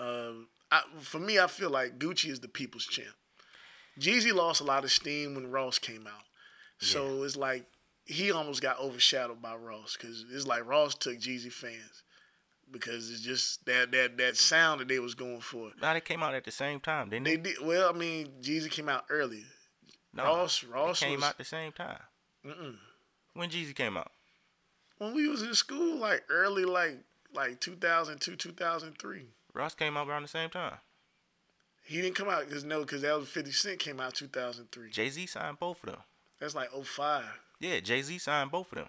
E: Um, I, for me, I feel like Gucci is the people's champ. Jeezy lost a lot of steam when Ross came out, so it's like he almost got overshadowed by Ross because it's like Ross took Jeezy fans because it's just that that that sound that they was going for.
A: Now they came out at the same time, didn't
E: They
A: they?
E: did well. I mean, Jeezy came out early.
A: No,
E: Ross-
A: they
E: Ross
A: Oh, came
E: was-
A: out the same time. When Jeezy came out,
E: When we was in school, like early, like like 2002, 2003.
A: Ross came out around the same time.
E: He didn't come out because no, because that was Fifty Cent came out two thousand three.
A: Jay Z signed both of them.
E: That's like 05.
A: Yeah, Jay Z signed both of them.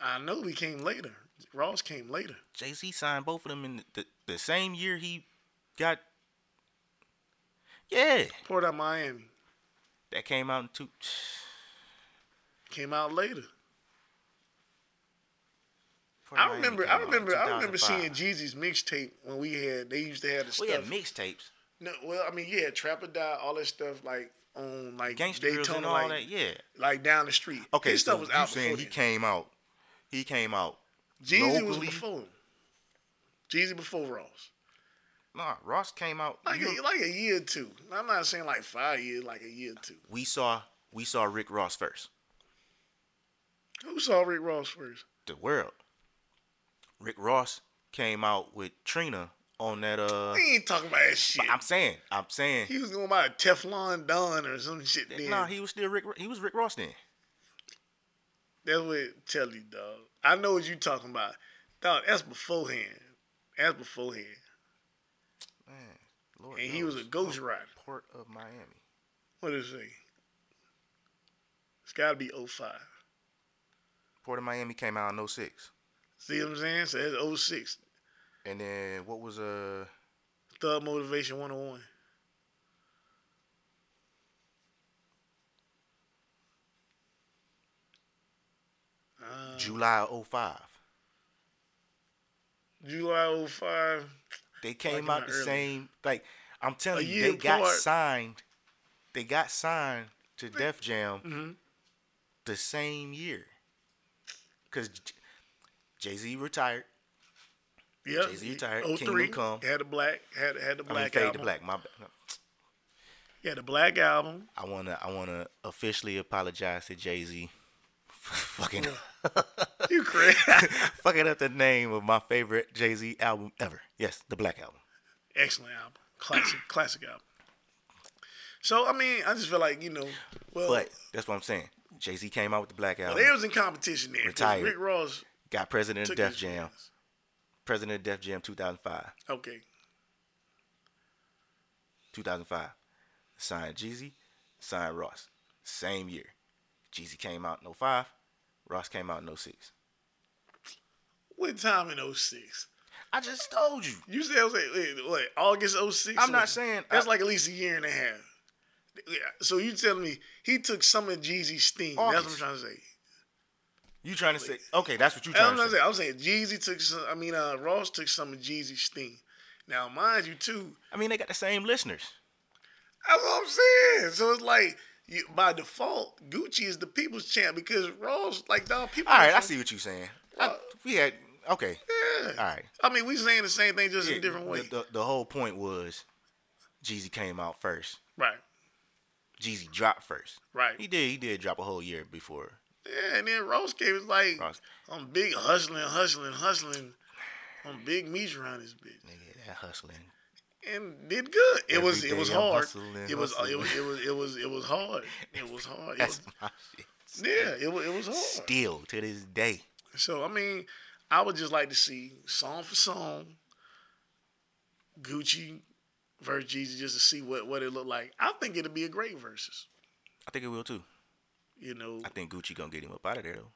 E: I know he came later. Ross came later.
A: Jay Z signed both of them in the, the, the same year he got. Yeah,
E: Port out Miami
A: that came out in two.
E: came out later.
A: Miami
E: I remember.
A: came
E: I
A: out in
E: remember. I remember
A: 2005.
E: seeing Jeezy's mixtape when we had. They used to have the
A: Well,
E: stuff.
A: Oh, yeah, mixtapes,
E: no, well, I mean, yeah, Trap or Die, all that stuff like on like
A: gangster girls, and
E: Daytona,
A: all
E: like,
A: that. Yeah.
E: like down the street.
A: Okay,
E: his
A: so
E: stuff was out
A: you
E: before
A: saying he
E: then.
A: came out? He came out.
E: Jeezy was
A: locally?
E: before him. Jeezy before Ross.
A: Nah, Ross came out.
E: Like
A: you-
E: a, like a year or two. I'm not saying like five years. Like a year or two.
A: we saw we saw Rick Ross first.
E: Who saw Rick Ross first?
A: The world. Rick Ross came out with Trina on that. Uh,
E: He ain't talking about that shit.
A: I'm saying, I'm saying.
E: He was going by a Teflon Don or some shit. Then
A: Nah, he was still Rick. He was Rick Ross then.
E: that's what it tell you, dog. I know what you talking about, dog. That's beforehand. That's beforehand.
A: Man, Lord
E: And he was a
A: knows. Oh,
E: ghost rider.
A: Port of Miami.
E: What is it? It's got to be 05.
A: Port of Miami came out in 06.
E: See what I'm saying? So that's 06.
A: And then what was uh
E: Thug Motivation 101. Uh,
A: July of 05.
E: July 05.
A: They came
E: came
A: out
E: out
A: the
E: early.
A: same like I'm telling
E: A
A: you
E: year
A: they got
E: apart.
A: signed. They got signed to Def Jam
E: Mm-hmm.
A: the same year. Cuz Jay-Z retired.
E: Yeah.
A: Jay-Z retired.
E: 03.
A: Kingdom Come.
E: Had the black. Had had the
A: I mean
E: black
A: Fade
E: album.
A: to Black. My bad.
E: Yeah, the black album.
A: I want to I want to officially apologize to Jay-Z for fucking
E: You crazy?
A: fucking up the name of my favorite Jay-Z album ever. Yes, the Black album.
E: excellent album, classic, classic album. So I mean, I just feel like you know, well,
A: But that's what I'm saying. Jay Z came out with the black album,
E: they was in competition there. 'cause
A: Retired.
E: Rick Ross
A: got president of
E: took
A: Def
E: his
A: Jam,
E: chance.
A: president of Def Jam 2005,
E: Okay,
A: 2005. Signed Jeezy, signed Ross. Same year. Jeezy came out in 05, Ross came out in 06.
E: what time in 06?
A: I just told you.
E: You said it was like, wait, what, August 06?
A: I'm not saying-
E: that's
A: I-
E: like at least a year and a half. Yeah, So you telling me he took some of Jeezy's steam? That's what I'm
A: August.
E: trying to say.
A: You trying to say, okay, that's what you
E: That's
A: trying
E: what I'm
A: to say.
E: saying. I'm saying Jeezy took some. I mean, uh, Ross took some of Jeezy's steam. Now, mind you, too,
A: I mean, they got the same listeners.
E: That's what I'm saying. So it's like you, by default, Gucci is the people's champ because Ross, like dog, people.
A: All right, I see what you're saying. I, we had, okay,
E: Yeah.
A: all right.
E: I mean, we saying the same thing just in a different
A: The-
E: way,
A: The, the whole point was Jeezy came out first.
E: right?
A: Jeezy dropped first.
E: Right.
A: He did. He did drop a whole year before
E: Yeah, and then Ross gave us like,
A: Ross.
E: I'm big hustling, hustling, hustling. I'm big meat around this bitch,
A: Nigga, that hustling.
E: and did good. It was
A: Every
E: it was
A: day I'm
E: hard.
A: hustling,
E: It was it was
A: hustling.
E: it was it was it was hard. It was hard. It
A: That's
E: was,
A: my shit.
E: yeah, it was it was hard.
A: Still to this day.
E: So I mean, I would just like to see song for song, Gucci versus Jeezy, just to see what what it looked like. I think it'll be a great versus.
A: I think it will too.
E: You know,
A: I think Gucci gonna get him up out of there though.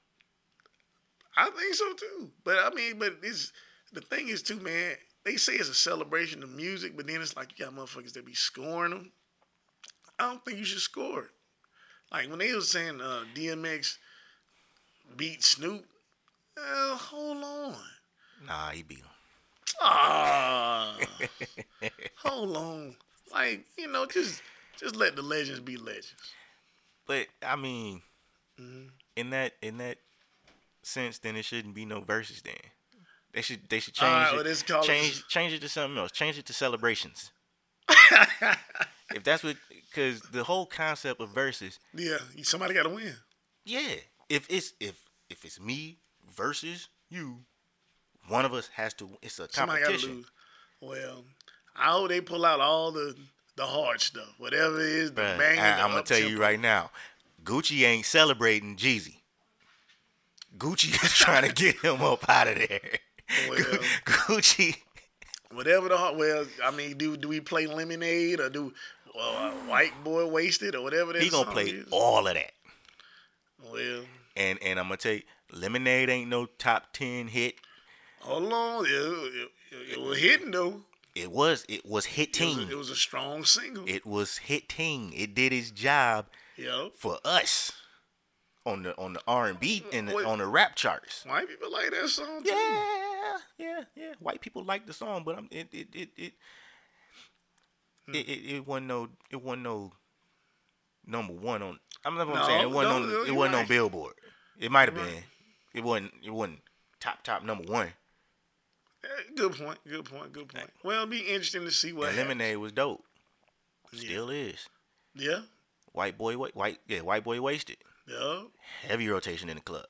E: I think so too. But I mean, but it's the thing is too, man. They say it's a celebration of music, but then it's like you got motherfuckers that be scoring them. I don't think you should score it. Like when they was saying uh, DMX beat Snoop, uh, hold on,
A: Nah, he beat him.
E: ah, hold on. Like you know, just just let the legends be legends.
A: But I mean,
E: Mm-hmm.
A: in that in that sense, then it shouldn't be no verses. Then they should they should change
E: All right, well, let's
A: it
E: call it-
A: change change it to something else. Change it to celebrations. if that's what, because the whole concept of verses,
E: Yeah, somebody got to win.
A: yeah. If it's if if it's me versus you, one of us has to. It's a
E: Somebody got to
A: competition.
E: lose. Well, I hope they pull out all the the hard stuff, whatever it is. The
A: Bruh,
E: banging,
A: I,
E: the
A: am gonna tell you
E: up-tempo.
A: right now, Gucci ain't celebrating Jeezy. Gucci is trying to get him up out of there.
E: Well.
A: Gucci,
E: whatever the hard. Well, I mean, do do we play Lemonade or do uh, White Boy Wasted or whatever? That
A: he gonna
E: song
A: play
E: is?
A: all of that.
E: Well,
A: And and I'm gonna tell you, Lemonade ain't no top ten hit.
E: hold on. It, it, it, was hitting though.
A: It was it was
E: It was,
A: hitting.
E: a- it was a strong single.
A: It was hitting. It did its job
E: yo,
A: for us on the on the R and B and the-
E: Wait.
A: on the rap charts.
E: white people like that song too.
A: Yeah, yeah, yeah. White people like the song, but I'm it it it it
E: Hmm.
A: it, it, it wasn't no it wasn't no number one on. I'm not gonna
E: No,
A: say it wasn't
E: no,
A: on
E: no,
A: it
E: you're
A: wasn't on
E: right.
A: Billboard. It might have
E: You're
A: been.
E: right.
A: It wasn't it wasn't top top number one.
E: Eh, Good point. Good point. Good point. Well, it'd be interesting to see what.
A: And Lemonade was dope.
E: happens.
A: Still is.
E: Yeah.
A: White boy wa- white yeah white boy wasted.
E: Yeah. yeah.
A: Heavy rotation in the club.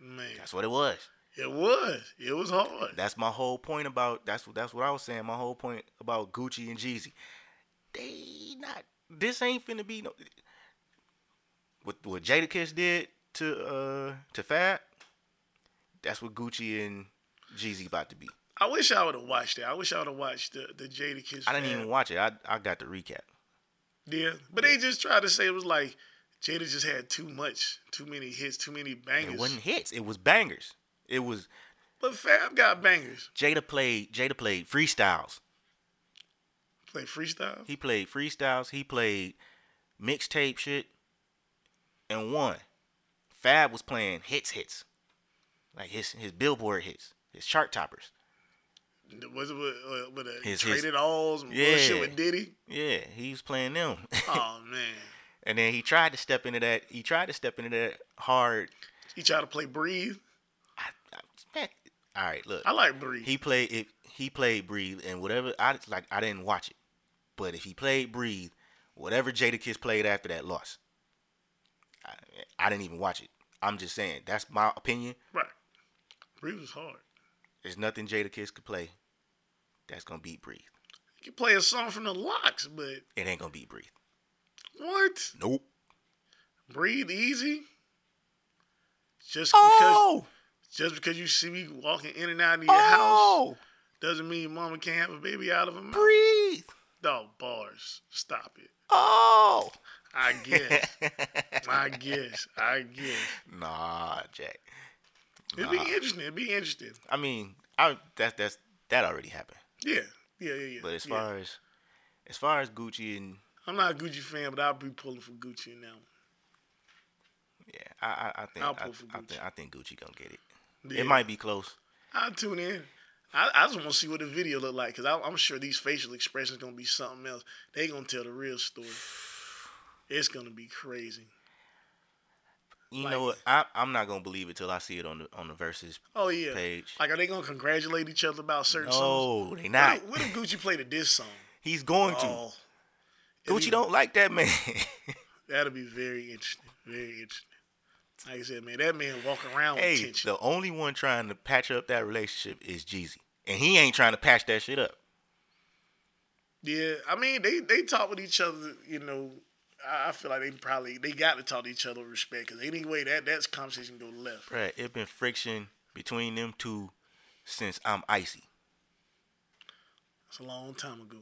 E: Man,
A: That's what it was.
E: it was. It was hard.
A: That's my whole point about that's what that's what I was saying. My whole point about Gucci and Jeezy. They not this ain't finna be no what what Jada Kiss did to uh to Fab, that's what Gucci and Jeezy about to be.
E: I wish I would have watched that. I wish I would have watched the the Jada Kiss.
A: I didn't even watch it. I I got the recap.
E: Yeah, but they just tried to say it was like Jada just had too much, too many hits, too many bangers.
A: It wasn't hits, it was bangers. It was
E: But Fab got bangers.
A: Jada played Jada played freestyles.
E: Play freestyle.
A: He played freestyles. He played mixtape shit and won. Fab was playing hits, hits, like his his Billboard hits, his chart toppers.
E: was it with, uh, with a
A: His- his-
E: traded alls and
A: Yeah.
E: bullshit with Diddy?
A: Yeah, he was playing them,
E: Oh man,
A: and then he tried to step into that. He tried to step into that hard.
E: he tried to play breathe.
A: I, I, man, all right, look.
E: I like breathe.
A: He played it. He played breathe and whatever. I like. I didn't watch it, but if he played breathe, whatever Jada Kiss played after that lost. I, I didn't even watch it. I'm just saying that's my opinion.
E: right, breathe was hard.
A: There's nothing Jada Kiss could play that's gonna beat Breathe.
E: You could play a song from the Locks, but
A: It ain't gonna beat Breathe.
E: what?
A: Nope.
E: Breathe easy. Just
A: Oh!
E: because just because you see me walking in and out of your house
A: Oh!
E: doesn't mean mama can't have a baby out of her mouth.
A: Breathe!
E: Dog bars. Stop it.
A: Oh!
E: I guess. I guess. I guess.
A: Nah, Jack.
E: It'd be interesting. It'd be interesting.
A: I mean, I that that's that already happened.
E: Yeah. Yeah, yeah, yeah.
A: But as
E: yeah.
A: far as as far as Gucci and
E: I'm not a Gucci fan, but I'll be pulling for Gucci in that one.
A: yeah, I I, I think
E: I'll
A: I,
E: pull for
A: I
E: Gucci.
A: think I think Gucci gonna get it.
E: Yeah.
A: It might be close.
E: I'll tune in. I, I just want to see what the video look like because I'm sure these facial expressions gonna be something else. They gonna tell the real story. It's gonna be crazy.
A: You
E: Like-
A: know what? I I'm not gonna believe it till I see it on the on the verses.
E: Oh yeah.
A: Page.
E: Like, are they gonna congratulate each other about certain songs?
A: No, they
E: What
A: not.
E: if, what if Gucci played a diss song?
A: He's going to.
E: Oh,
A: Gucci
E: he-
A: don't like that man.
E: that'll be very interesting. Very interesting. Like I said, man, that man walking around
A: hey,
E: with tension.
A: the only one trying to patch up that relationship is Jeezy, and he ain't trying to patch that shit up.
E: Yeah, I mean they they talk with each other. You know, I, I feel like they probably they got to talk to each other with respect because anyway that that's conversation go left.
A: Right? It been friction between them two since I'm icy.
E: It's a long time ago.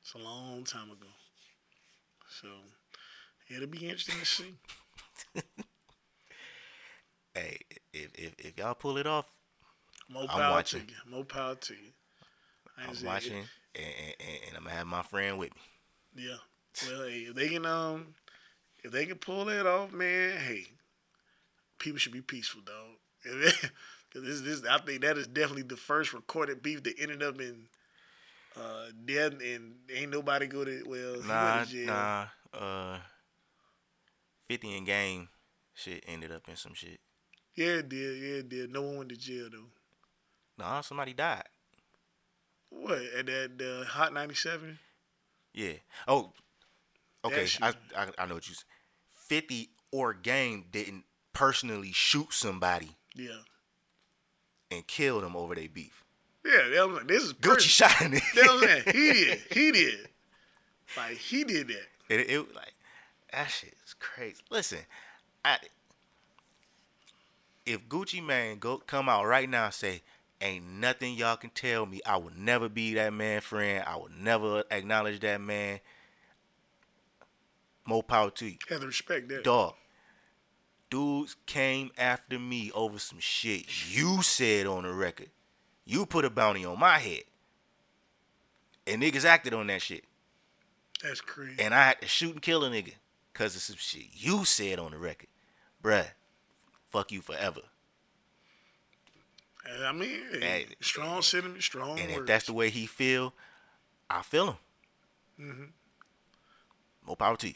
E: It's a long time ago. So It'll be interesting to see.
A: Hey, if if, if y'all pull it off,
E: More power to
A: watching.
E: you. More power to you. I
A: I'm
E: just-
A: watching, and, and, and, and I'm gonna have my friend with me.
E: Yeah. Well, hey, if they can um, if they can pull that off, man, hey, people should be peaceful, dog. Because this, this, I think that is definitely the first recorded beef that ended up in uh death, and ain't nobody go to well, he
A: Nah,
E: went to jail.
A: nah. Uh, Fifty and Game, shit ended up in some shit.
E: Yeah, it did. Yeah, it did. No one went to jail though.
A: Nah, somebody died.
E: What at that uh, Hot ninety seven?
A: Yeah. Oh. Okay.
E: That
A: I, I I know what you. s- Fifty or Game didn't personally shoot somebody
E: Yeah.
A: and kill them over their beef.
E: Yeah, that was like this is
A: Gucci
E: personal.
A: shot in it.
E: That was like, he did. He did. Like he did that.
A: It, it, was like that shit is crazy. Listen, I if Gucci Man go come out right now and say ain't nothing y'all can tell me. I will never be that man friend. I will never acknowledge that man. More power to you,
E: Have to respect that.
A: dog. Dudes came after me over some shit you said on the record. You put a bounty on my head, and niggas acted on that shit
E: That's crazy.
A: and I had to shoot and kill a nigga because of some shit you said on the record, bruh. Fuck you forever.
E: And I mean, hey,
A: Hey.
E: strong sentiment, strong
A: And if
E: words.
A: that's the way he feel, I feel him. More power to you.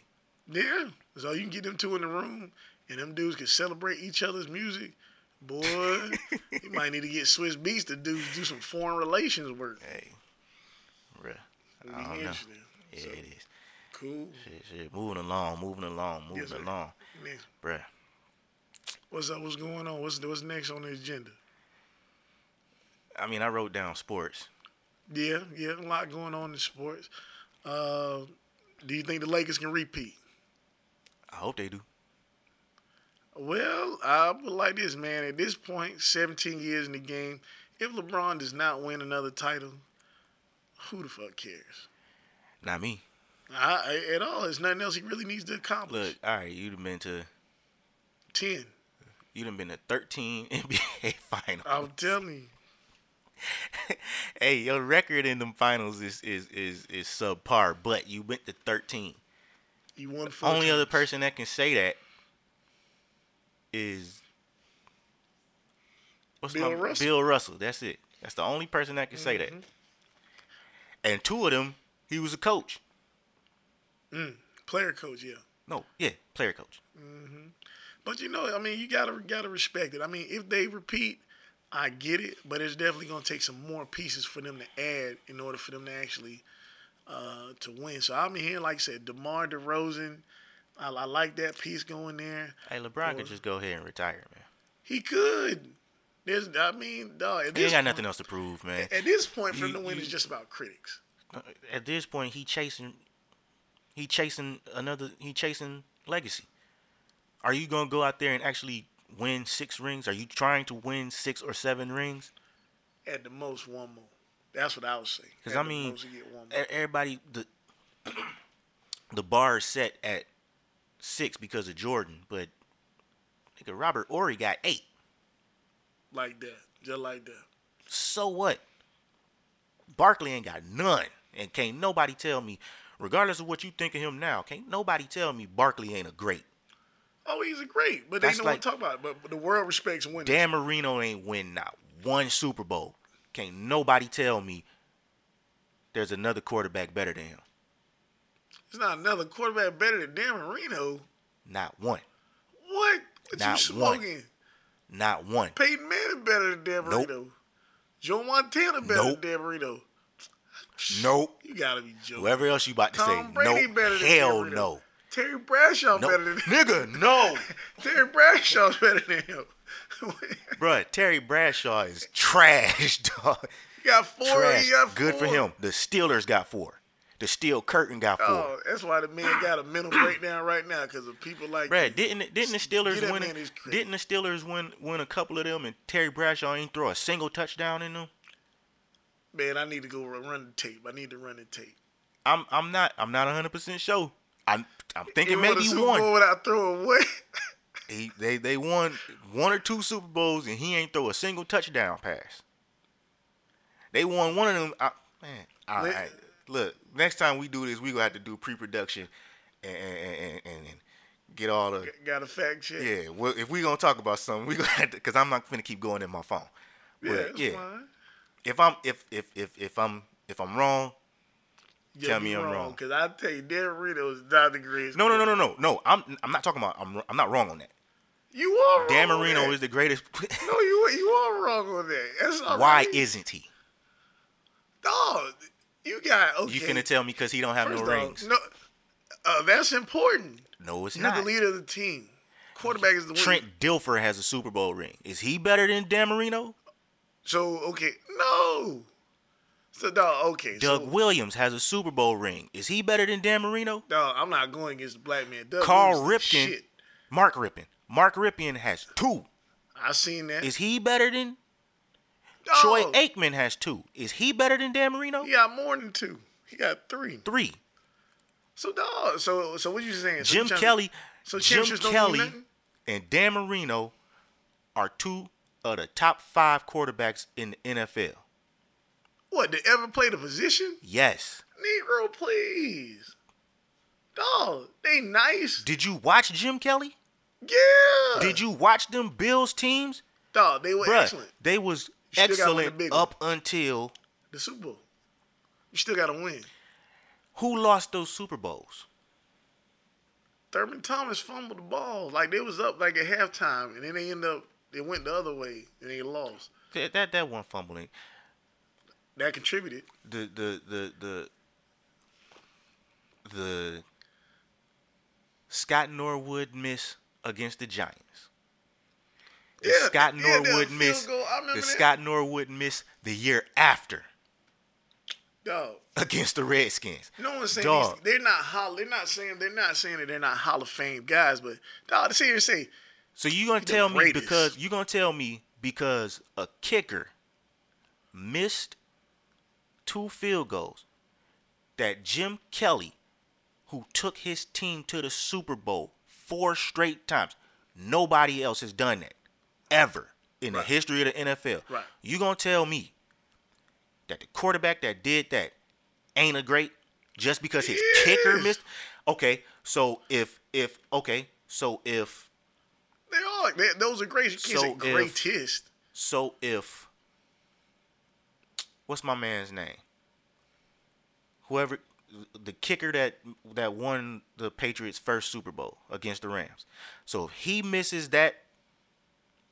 E: yeah, so you can get them two in the room, and them dudes can celebrate each other's music. Boy, you might need to get Swiss Beats to do do some foreign relations work.
A: Hey, bruh.
E: It'd
A: I
E: be
A: don't know.
E: interesting.
A: Yeah,
E: So,
A: it is.
E: cool.
A: Shit, shit. Moving along, moving along, moving
E: sir.
A: along,
E: Man,
A: bruh.
E: what's up? What's going on? What's what's next on the agenda?
A: I mean, I wrote down sports.
E: Yeah, yeah, a lot going on in sports. Uh, do you think the Lakers can repeat?
A: I hope they do.
E: Well, I put it like this, man. At this point, 17 years in the game, if LeBron does not win another title, who the fuck cares?
A: Not me.
E: I, I- at all, it's nothing else he really needs to accomplish.
A: Look, all right, you'd have been to,
E: 10.
A: you'd have been to 13 NBA finals.
E: I'm telling you.
A: hey, your record in them finals is is is is subpar, but you went to 13.
E: You won four
A: Only other
E: times.
A: person that can say that is what's
E: Bill
A: my-
E: Russell. Mm-hmm.
A: Bill Russell. That's it. That's the only person that can say that. And two of them, he was a coach.
E: Player coach, yeah.
A: No, yeah, player coach.
E: But you know, I mean, you gotta gotta respect it. I mean, if they repeat, I get it, but it's definitely gonna take some more pieces for them to add in order for them to actually uh, to win. So I'm hearing, like I said, DeMar DeRozan. I, I like that piece going there.
A: Hey, LeBron
E: Or-
A: could just go ahead and retire, man.
E: He could. There's, I mean, dog. At
A: He
E: this
A: ain't got
E: point,
A: nothing else to prove, man.
E: At this point, for him to
A: You-
E: win
A: you-
E: is just about critics.
A: uh, At this point, he chasing, he chasing another, he chasing legacy. Are you gonna go out there and actually win six rings? Are you trying to win six or seven rings?
E: At the most, one more. That's what I would say.
A: Because
E: At
A: I
E: the
A: mean,
E: most, you get one
A: e-
E: more.
A: everybody the the bar is set at six because of Jordan, but nigga, Robert Ory got eight.
E: like that, just like that.
A: So what? Barkley ain't got none, and can't nobody tell me, regardless of what you think of him now, can't nobody tell me Barkley ain't a great.
E: Oh, he's a great, but they
A: That's
E: don't
A: like-
E: want to talk about it. But, but the world respects winners.
A: Dan Marino ain't win not one Super Bowl. Can't nobody tell me there's another quarterback better than him.
E: There's not another quarterback better than Dan Marino.
A: Not one.
E: What? What you
A: Not one.
E: smoking?
A: Not one.
E: Peyton Manning better than Dan
A: Nope.
E: Marino. Joe Montana better
A: Nope.
E: than Dan Marino.
A: Nope.
E: You gotta be joking.
A: Whoever else you about to
E: Tom
A: say,
E: Brady
A: nope.
E: better than Dan
A: Hell
E: Marino.
A: no.
E: Terry Bradshaw
A: No.
E: better than
A: Nigga, no.
E: Terry Bradshaw's better than him. you
A: Bruh, Terry Bradshaw is trash, dog.
E: got four.
A: Trash.
E: You got four.
A: Good for him. The Steelers got four. The Steel Curtain got four.
E: Oh, that's why the man got a mental breakdown right now because of people like
A: Brad, didn't didn't the Steelers
E: Get that
A: win?
E: man his credit.
A: Didn't the Steelers win win a couple of them? And Terry Bradshaw ain't throw a single touchdown in them.
E: man. I need to go run the tape. I need to run the tape.
A: I'm I'm not I'm not 100 percent sure. I I'm thinking
E: They won the
A: maybe
E: Super
A: one.
E: Bowl without throwing away.
A: He, they they won one or two Super Bowls and he ain't throw a single touchdown pass. They won one of them. I, man, all
E: Let-
A: right. Look, next time we do this, we gonna have to do pre-production and and, and, and, and get all the
E: Got a fact check.
A: yeah. Well, if we gonna talk about something, we gonna have to because I'm not gonna keep going in my phone.
E: yeah,
A: But
E: that's
A: yeah,
E: fine.
A: if I'm if if if if I'm if I'm wrong,
E: Yeah,
A: Tell
E: you
A: me I'm wrong.
E: Cause I tell you, Dan Marino is not the greatest.
A: no no no no no no. I'm I'm not talking about I'm I'm not wrong on that.
E: You are wrong
A: Dan
E: on
A: Marino
E: that.
A: is the greatest.
E: No, you you are wrong on that. That's all
A: Why
E: right.
A: isn't he?
E: dog? You got okay.
A: You finna tell me because he don't have
E: First
A: no
E: off,
A: rings?
E: No, uh, that's important.
A: No, it's
E: You're
A: not.
E: the leader of the team. Quarterback is the winner.
A: Trent Dilfer has a Super Bowl ring. Is he better than Dan Marino?
E: So okay, no. So dog, okay.
A: Doug
E: so,
A: Williams has a Super Bowl ring. Is he better than Dan Marino?
E: dog, I'm not going against the black man. Doug
A: Carl
E: Williams is the
A: Ripken.
E: Shit.
A: Mark Rippin. Mark Rippin has two.
E: I seen that.
A: Is he better than
E: Dog,
A: Troy Aikman has two? Is he better than Dan Marino?
E: He got more than two. He got three.
A: Three.
E: So dog, so so what you saying? So you
A: Jim
E: tryna-
A: Kelly.
E: so
A: Jim
E: championships don't mean
A: Kelly
E: nothing?
A: and Dan Marino are two of the top five quarterbacks in the NFL.
E: What? Did ever play the position?
A: Yes.
E: Negro, please. Dog, they nice.
A: Did you watch Jim Kelly?
E: Yeah.
A: Did you watch them Bills teams?
E: Dog, they were
A: Bruh,
E: excellent.
A: they was
E: You still gotta win the
A: excellent
E: big one.
A: up until
E: The Super Bowl. You still gotta win.
A: who lost those Super Bowls?
E: Thurman Thomas fumbled the ball. Like they was up like at halftime and then they end up they went the other way and they lost.
A: That that, that one fumbling.
E: That contributed.
A: The the the the the Scott Norwood miss against the Giants. The
E: Yeah,
A: Scott
E: yeah, that
A: Norwood
E: field
A: miss.
E: goal, I remember
A: the
E: that.
A: Scott Norwood miss the year after
E: Dog.
A: against the Redskins.
E: No one's saying
A: Dog.
E: these- they're not hall they're not saying they're not saying that they're not Hall of Fame guys, but dog, seriously, say
A: So you gonna
E: the
A: tell me
E: greatest.
A: because you gonna tell me because a kicker missed two field goals that Jim Kelly, who took his team to the Super Bowl four straight times, nobody else has done that ever in the history of the NFL.
E: Right.
A: You gonna tell me that the quarterback that did that ain't a great just because his kicker
E: Yes.
A: missed? Okay, so if if okay, so if
E: they are they, those are great kids
A: So
E: so
A: if-
E: greatest.
A: So if what's my man's name? Whoever the kicker that that won the Patriots first Super Bowl against the Rams. So if he misses that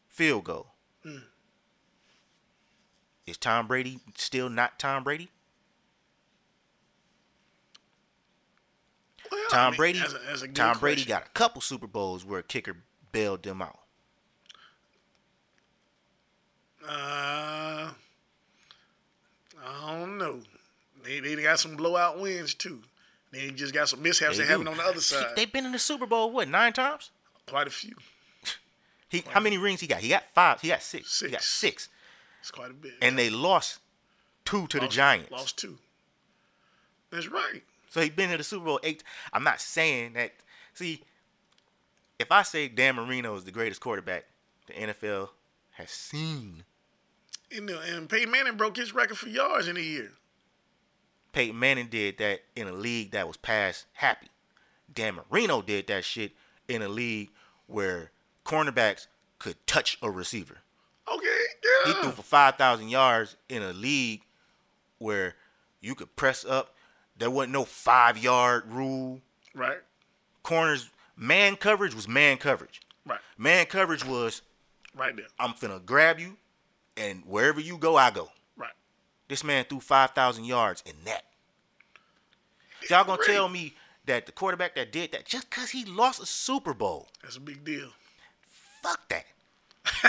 A: field goal,
E: Hmm.
A: is Tom Brady still not Tom Brady?
E: Well, I
A: Tom
E: mean,
A: Brady
E: that's a- that's a good
A: Tom Brady
E: question.
A: got a couple Super Bowls where a kicker bailed them out.
E: Uh, I don't know. They they got some blowout wins too. They just got some mishaps they,
A: They
E: having
A: do.
E: on the other
A: He-
E: side.
A: They've been in the Super Bowl what, 9 times?
E: quite a few.
A: He how many rings he got? He got five. He got six. He got
E: Six.
A: six.
E: It's quite a bit.
A: And they lost two to the
E: Lost-
A: Giants.
E: lost two. That's right.
A: So he been to the Super Bowl eight. I'm not saying that. See, if I say Dan Marino is the greatest quarterback the NFL has seen,
E: And the, and Peyton Manning broke his record for yards in a year.
A: Peyton Manning did that in a league that was past happy. Dan Marino did that shit in a league where cornerbacks could touch a receiver.
E: Okay,
A: He
E: yeah.
A: threw for 5,000 yards in a league where you could press up. There wasn't no five yard rule.
E: right,
A: Corners, man coverage was man coverage.
E: right,
A: Man coverage was
E: right there,
A: I'm finna grab you, and wherever you go, I go.
E: right.
A: This man threw 5,000 yards in that. Y'all gonna tell me that the quarterback that did that just because he lost a Super Bowl,
E: That's a big deal.
A: fuck that.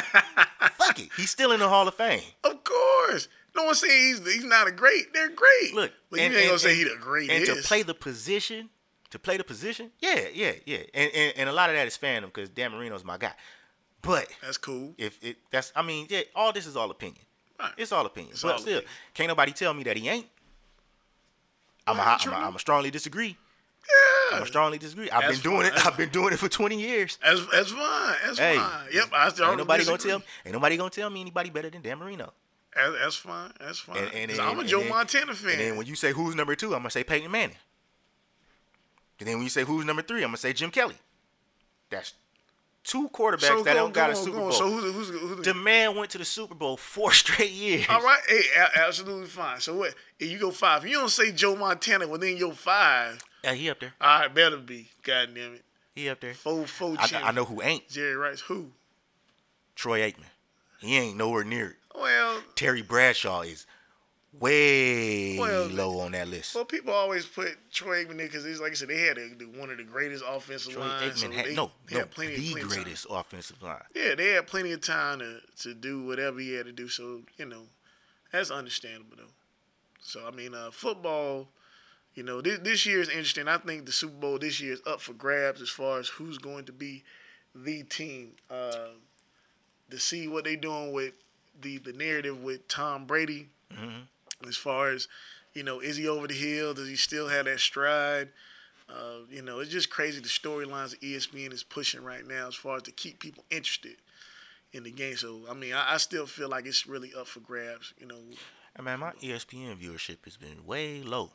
A: fuck it. He's still in the Hall of Fame.
E: Of course. No one saying he's he's not a great. They're great.
A: Look,
E: but you ain't gonna say he the greatest.
A: And to play the position, to play the position, yeah, yeah, yeah. And and, and a lot of that is fandom because Dan Marino's my guy. But
E: that's cool.
A: if it that's I mean, yeah, all this is all opinion.
E: Right.
A: It's all opinion.
E: It's
A: but
E: all
A: still,
E: opinion.
A: can't nobody tell me that he ain't. I'm a,
E: Well,
A: I'm
E: true.
A: a, I'm a strongly disagree.
E: Yeah.
A: I strongly disagree. I've
E: That's
A: been doing
E: fine.
A: it. I've been doing it for 20 years.
E: That's that's fine. That's
A: Hey,
E: fine. Yep. I still
A: Ain't nobody gonna
E: disagree.
A: tell. Ain't nobody gonna tell me anybody better than Dan Marino.
E: That- That's fine. That's fine.
A: And- and
E: 'Cause
A: then-
E: I'm a
A: and
E: Joe
A: then-
E: Montana fan.
A: And then when you say who's number two, I'm gonna say Peyton Manning. And then when you say who's number three, I'm gonna say Jim Kelly. That's two quarterbacks that
E: go-
A: don't got
E: go
A: a
E: on,
A: Super
E: go on.
A: Bowl.
E: So who's who's, who's
A: the man went to the Super Bowl four straight years.
E: all right? Hey, a- absolutely fine. So what? If you go five, if you don't say Joe Montana within your five.
A: Yeah, he up there.
E: All right, better be. God damn it.
A: He up there.
E: Four four.
A: I,
E: champion.
A: I know who ain't.
E: Jerry Rice. Who?
A: Troy Aikman. He ain't nowhere near it.
E: Well,
A: Terry Bradshaw is way
E: Well,
A: low on that list.
E: well, people always put Troy Aikman in because he's like I said, they had a, the- one of the greatest offensive
A: Troy
E: lines. so
A: Aikman had
E: they-
A: no,
E: they
A: no,
E: had plenty-
A: the
E: plenty of time.
A: greatest offensive line.
E: Yeah, they had plenty of time to, to do whatever he had to do. So, you know, that's understandable, though. So, I mean, uh, football, you know, this, this year is interesting. I think the Super Bowl this year is up for grabs as far as who's going to be the team. Uh, to see what they doing with the, the narrative with Tom Brady as far as, you know, is he over the hill? Does he still have that stride? Uh, you know, it's just crazy the storylines that E ESPN is pushing right now as far as to keep people interested in the game. So, I mean, I, I still feel like it's really up for grabs. You know,
A: I mean, my E ESPN viewership has been way low.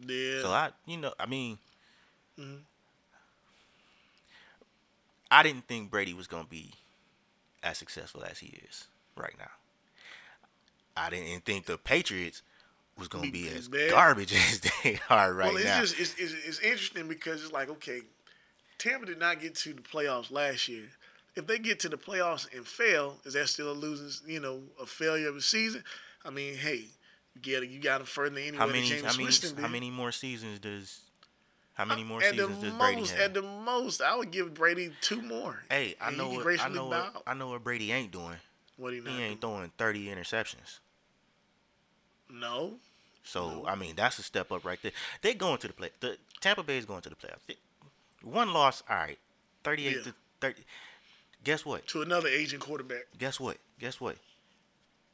E: yeah, Mm-hmm.
A: So I, you know, I mean, I didn't think Brady was gonna be as successful as he is right now. I didn't think the Patriots was gonna be,
E: Be
A: as
E: bad.
A: garbage as they are right
E: well, it's
A: now.
E: just it's, it's, it's interesting because it's like okay, Tampa did not get to the playoffs last year. If they get to the playoffs and fail, is that still a losing? You know, a failure of a season? I mean, hey, you got you got them further than
A: how
E: anyone.
A: many?
E: James
A: How many?
E: Winston
A: How
E: did.
A: many more seasons does? How many more
E: at the
A: seasons does Brady
E: most,
A: have?
E: at the most, I would give Brady two more.
A: hey, I
E: And he
A: know
E: can
A: what I
E: gracefully
A: know.
E: bow
A: What, I know what Brady ain't doing.
E: What do you
A: He ain't throwing thirty interceptions.
E: No.
A: So I mean, that's a step up right there. They going to the play. The Tampa Bay is going to the playoffs. They- One loss, all right, thirty-eight
E: Yeah.
A: to thirty. Guess what?
E: To another aging quarterback.
A: Guess what? Guess what?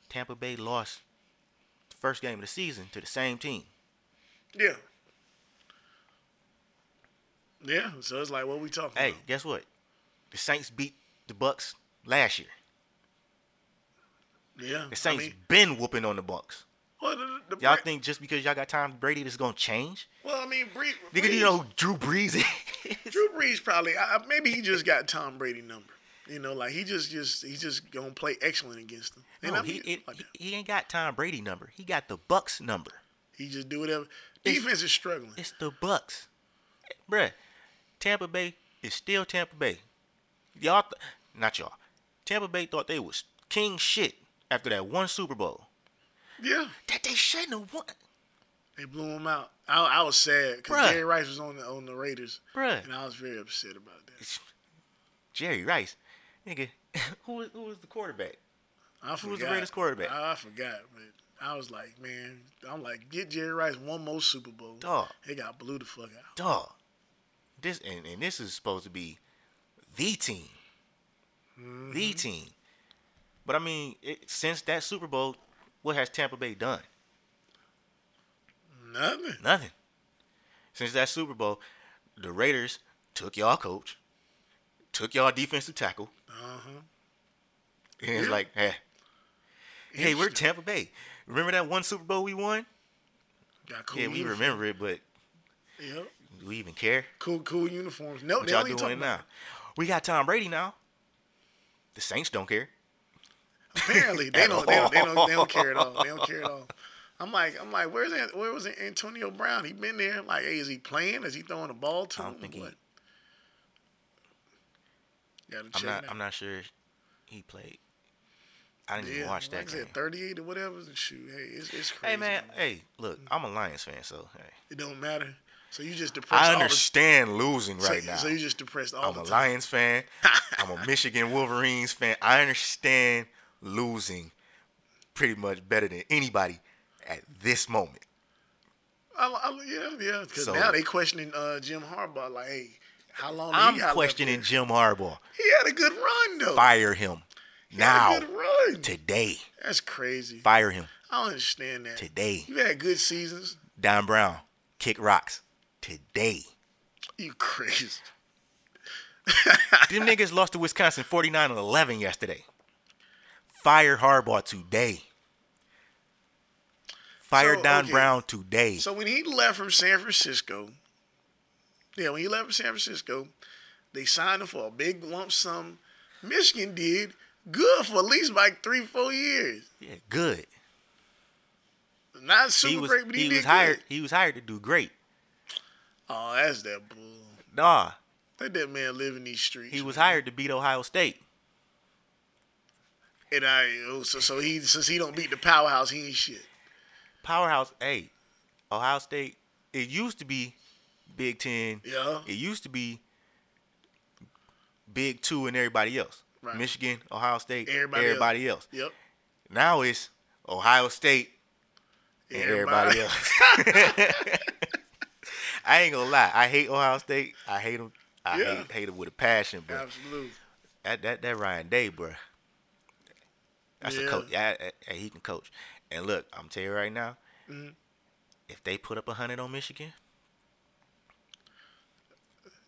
A: Tampa Bay lost the first game of the season to the same team.
E: Yeah. Yeah. So it's like, what we talking
A: Hey,
E: about?
A: guess what? The Saints beat the Bucks last year.
E: Yeah.
A: The
E: I
A: Saints
E: mean,
A: been whooping on the Bucks.
E: well, the, the,
A: Y'all
E: Bra-
A: think just because y'all got Tom Brady, this gonna change?
E: Well, I mean, Bree,
A: Nigga, do
E: Brees-
A: you know who Drew Brees is?
E: Drew Brees probably. I, I- maybe he just got Tom Brady number. You know, like he just, just, he just gonna play excellent against them. And
A: No,
E: I
A: he,
E: mean,
A: it,
E: like, he,
A: he, he ain't got Tom Brady number. He got the Bucks number.
E: just do whatever.
A: It's-
E: Defense is struggling.
A: It's the Bucks, bruh. Tampa Bay is still Tampa Bay. Y'all, th- not y'all. Tampa Bay thought they was king shit after that one Super Bowl
E: Yeah,
A: that they shouldn't have won,
E: they blew him out. I, I was sad
A: Bruh.
E: because Jerry Rice was on the on the Raiders, and
A: bruh.
E: I was very upset about that.
A: Jerry Rice, nigga, who was who was the quarterback?
E: I
A: Who was the
E: forgot.
A: Raiders quarterback?
E: I, I forgot, but I was like, man, I'm like, get Jerry Rice one more Super Bowl.
A: Dog.
E: They got blew the fuck out.
A: Dog. This and, and this is supposed to be the team, the team. But I mean, it, since that Super Bowl, what has Tampa Bay done?
E: Nothing.
A: Nothing. Since that Super Bowl, the Raiders took y'all coach, took y'all defensive tackle,
E: Uh-huh.
A: and it's like, hey, hey, we're Tampa Bay. Remember that one Super Bowl we won?
E: Got cool
A: Yeah, we
E: uniforms.
A: remember it, but
E: Yep.
A: do we even care?
E: Cool, cool uniforms. No,
A: What
E: Oh, they
A: y'all
E: only
A: doing
E: talking
A: it now?
E: about
A: We got Tom Brady now. The Saints don't care.
E: apparently they
A: At
E: don't, they don't, they
A: all.
E: don't, they don't care at all. They don't care at all. I'm like, I'm like, where's An- where was Antonio Brown? He been there. Like, hey, is he playing? Is he throwing the ball to
A: I don't
E: him?
A: think
E: or
A: he-
E: what? Gotta check
A: I'm
E: it
A: not.
E: out.
A: I'm not sure he played. I didn't even
E: Yeah,
A: watch that
E: like I
A: game.
E: said, 38 or whatever. Shoot, hey, it's, it's crazy. Mm.
A: Hey man, hey, look, I'm a Lions fan, so hey.
E: It don't matter. So you just depressed.
A: I
E: all the-
A: understand losing
E: so-
A: right now.
E: So you just depressed all
A: I'm
E: the
A: a
E: time.
A: Lions fan. I'm a Michigan Wolverines fan. I understand losing pretty much better than anybody at this moment.
E: I, I, yeah, yeah. Because
A: So-
E: now they questioning uh, Jim Harbaugh. Like, hey, how long?
A: I'm
E: he got left
A: questioning
E: there?
A: Jim Harbaugh.
E: He had a good run though.
A: Fire him
E: He had
A: now,
E: a good run.
A: today.
E: That's crazy.
A: Fire him
E: I don't understand that.
A: today.
E: You had good seasons.
A: Don Brown, kick rocks today.
E: You crazy.
A: Them niggas lost to Wisconsin 49 11 yesterday. Fire Harbaugh today. Fire
E: So,
A: Don
E: okay.
A: Brown today.
E: So when he left from San Francisco, yeah, when he left from San Francisco, they signed him for a big lump sum. Michigan did good for at least like three, four years.
A: yeah, good.
E: Not super
A: He was
E: great, but he,
A: he
E: did
A: was hired.
E: good.
A: He was hired to do great.
E: Oh, that's that bull.
A: Nah,
E: Let that man live in these streets.
A: he was
E: man.
A: hired to beat Ohio State.
E: And I oh, so so he since he don't beat the powerhouse, he ain't shit.
A: Powerhouse. Hey, Ohio State. It used to be Big Ten.
E: Yeah.
A: It used to be Big Two and everybody else.
E: Right.
A: Michigan, Ohio State,
E: Everybody
A: everybody,
E: else.
A: else.
E: Yep.
A: Now it's Ohio State and everybody, else. I ain't gonna lie. I hate Ohio State. I hate them. I
E: Yeah.
A: hate, hate them with a passion, but
E: Absolutely.
A: that that that Ryan Day, bro. That's
E: Yeah.
A: a coach. Yeah, I- I- he can coach. And look, I'm telling you right now,
E: Mm-hmm.
A: if they put up a hundred on Michigan,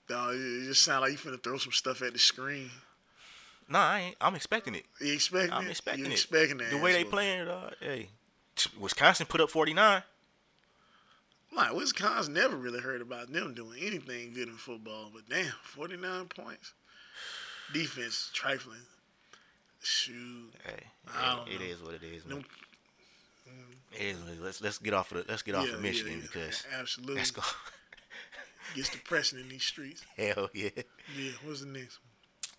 E: Dawg, it it just sound like you finna throw some stuff at the screen.
A: no, I ain't. I'm expecting it.
E: You expecting
A: I'm
E: it?
A: expecting
E: you
A: it.
E: expecting that.
A: the way they
E: asshole.
A: playing, dog. Hey, Wisconsin put up 49.
E: I'm Like Wisconsin never really heard about them doing anything good in football, but damn, 49 points. Defense trifling. Shoot.
A: Hey,
E: I don't
A: it-
E: know.
A: it is what it is. Man.
E: Them-
A: It is what it is. Let's let's get off of the, let's get off
E: Yeah,
A: of Michigan
E: yeah, yeah.
A: because
E: absolutely
A: that's go
E: gets depressing in these streets.
A: hell yeah.
E: Yeah, what's the next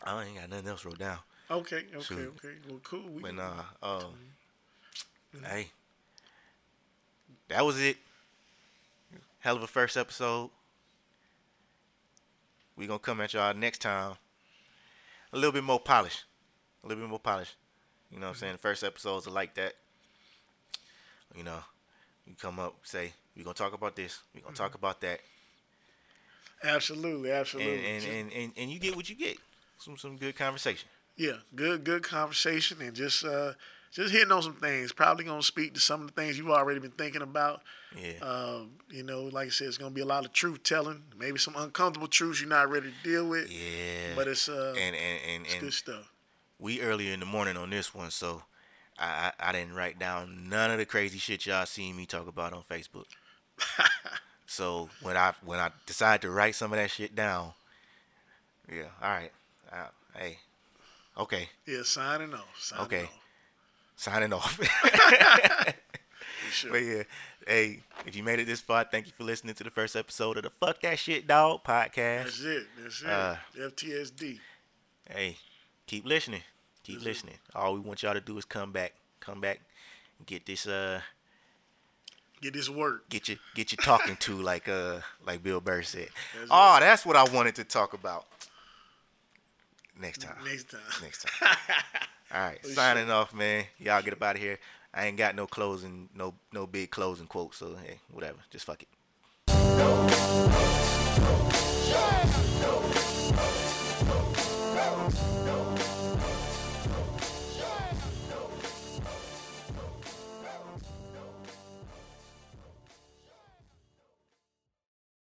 E: one?
A: I ain't got nothing else wrote down.
E: Okay, okay,
A: Shoot.
E: okay. Well, cool. We
A: But
E: can-
A: nah, um,
E: Mm.
A: hey, that was it. Hell of a first episode. We gonna come at y'all next time. A little bit more polished, a little bit more polished. You
E: Mm-hmm.
A: know what I'm saying? The first episodes are like that. You know, you come up, say we gonna talk about this, we gonna
E: Mm-hmm.
A: talk about that,
E: Absolutely,
A: and
E: absolutely.
A: and, and, and and you get what you get. Some some good conversation.
E: yeah, good, good conversation, and just uh, just hitting on some things. Probably gonna speak to some of the things you've already been thinking about.
A: Yeah.
E: Um, you know, like I said, it's gonna be a lot of truth telling. Maybe some uncomfortable truths you're not ready to deal with.
A: yeah.
E: But it's uh,
A: and and and,
E: it's
A: and
E: good stuff.
A: we earlier in the morning on this one, so I, I I didn't write down none of the crazy shit y'all seen me talk about on Facebook. so when I when I decided to write some of that shit down, yeah, all right, uh, hey, okay,
E: Yeah, signing off. Signing
A: Okay.
E: Off,
A: signing off.
E: for sure.
A: but yeah, hey, if you made it this far, thank you for listening to the first episode of the Fuck That Shit Dog podcast.
E: That's it. That's it.
A: Uh,
E: FTSD.
A: Hey, keep listening, keep listening. All we want y'all to do is come back, come back, and get this uh.
E: Get this work.
A: get you get you talking to like uh like Bill Burr said.
E: That's
A: oh, that's what I wanted to talk about. Next time.
E: Next Oh, time.
A: Next time. All right, signing off, man. Y'all get up out of here. I ain't got no closing, no no big closing quotes, so hey, whatever. Just fuck it.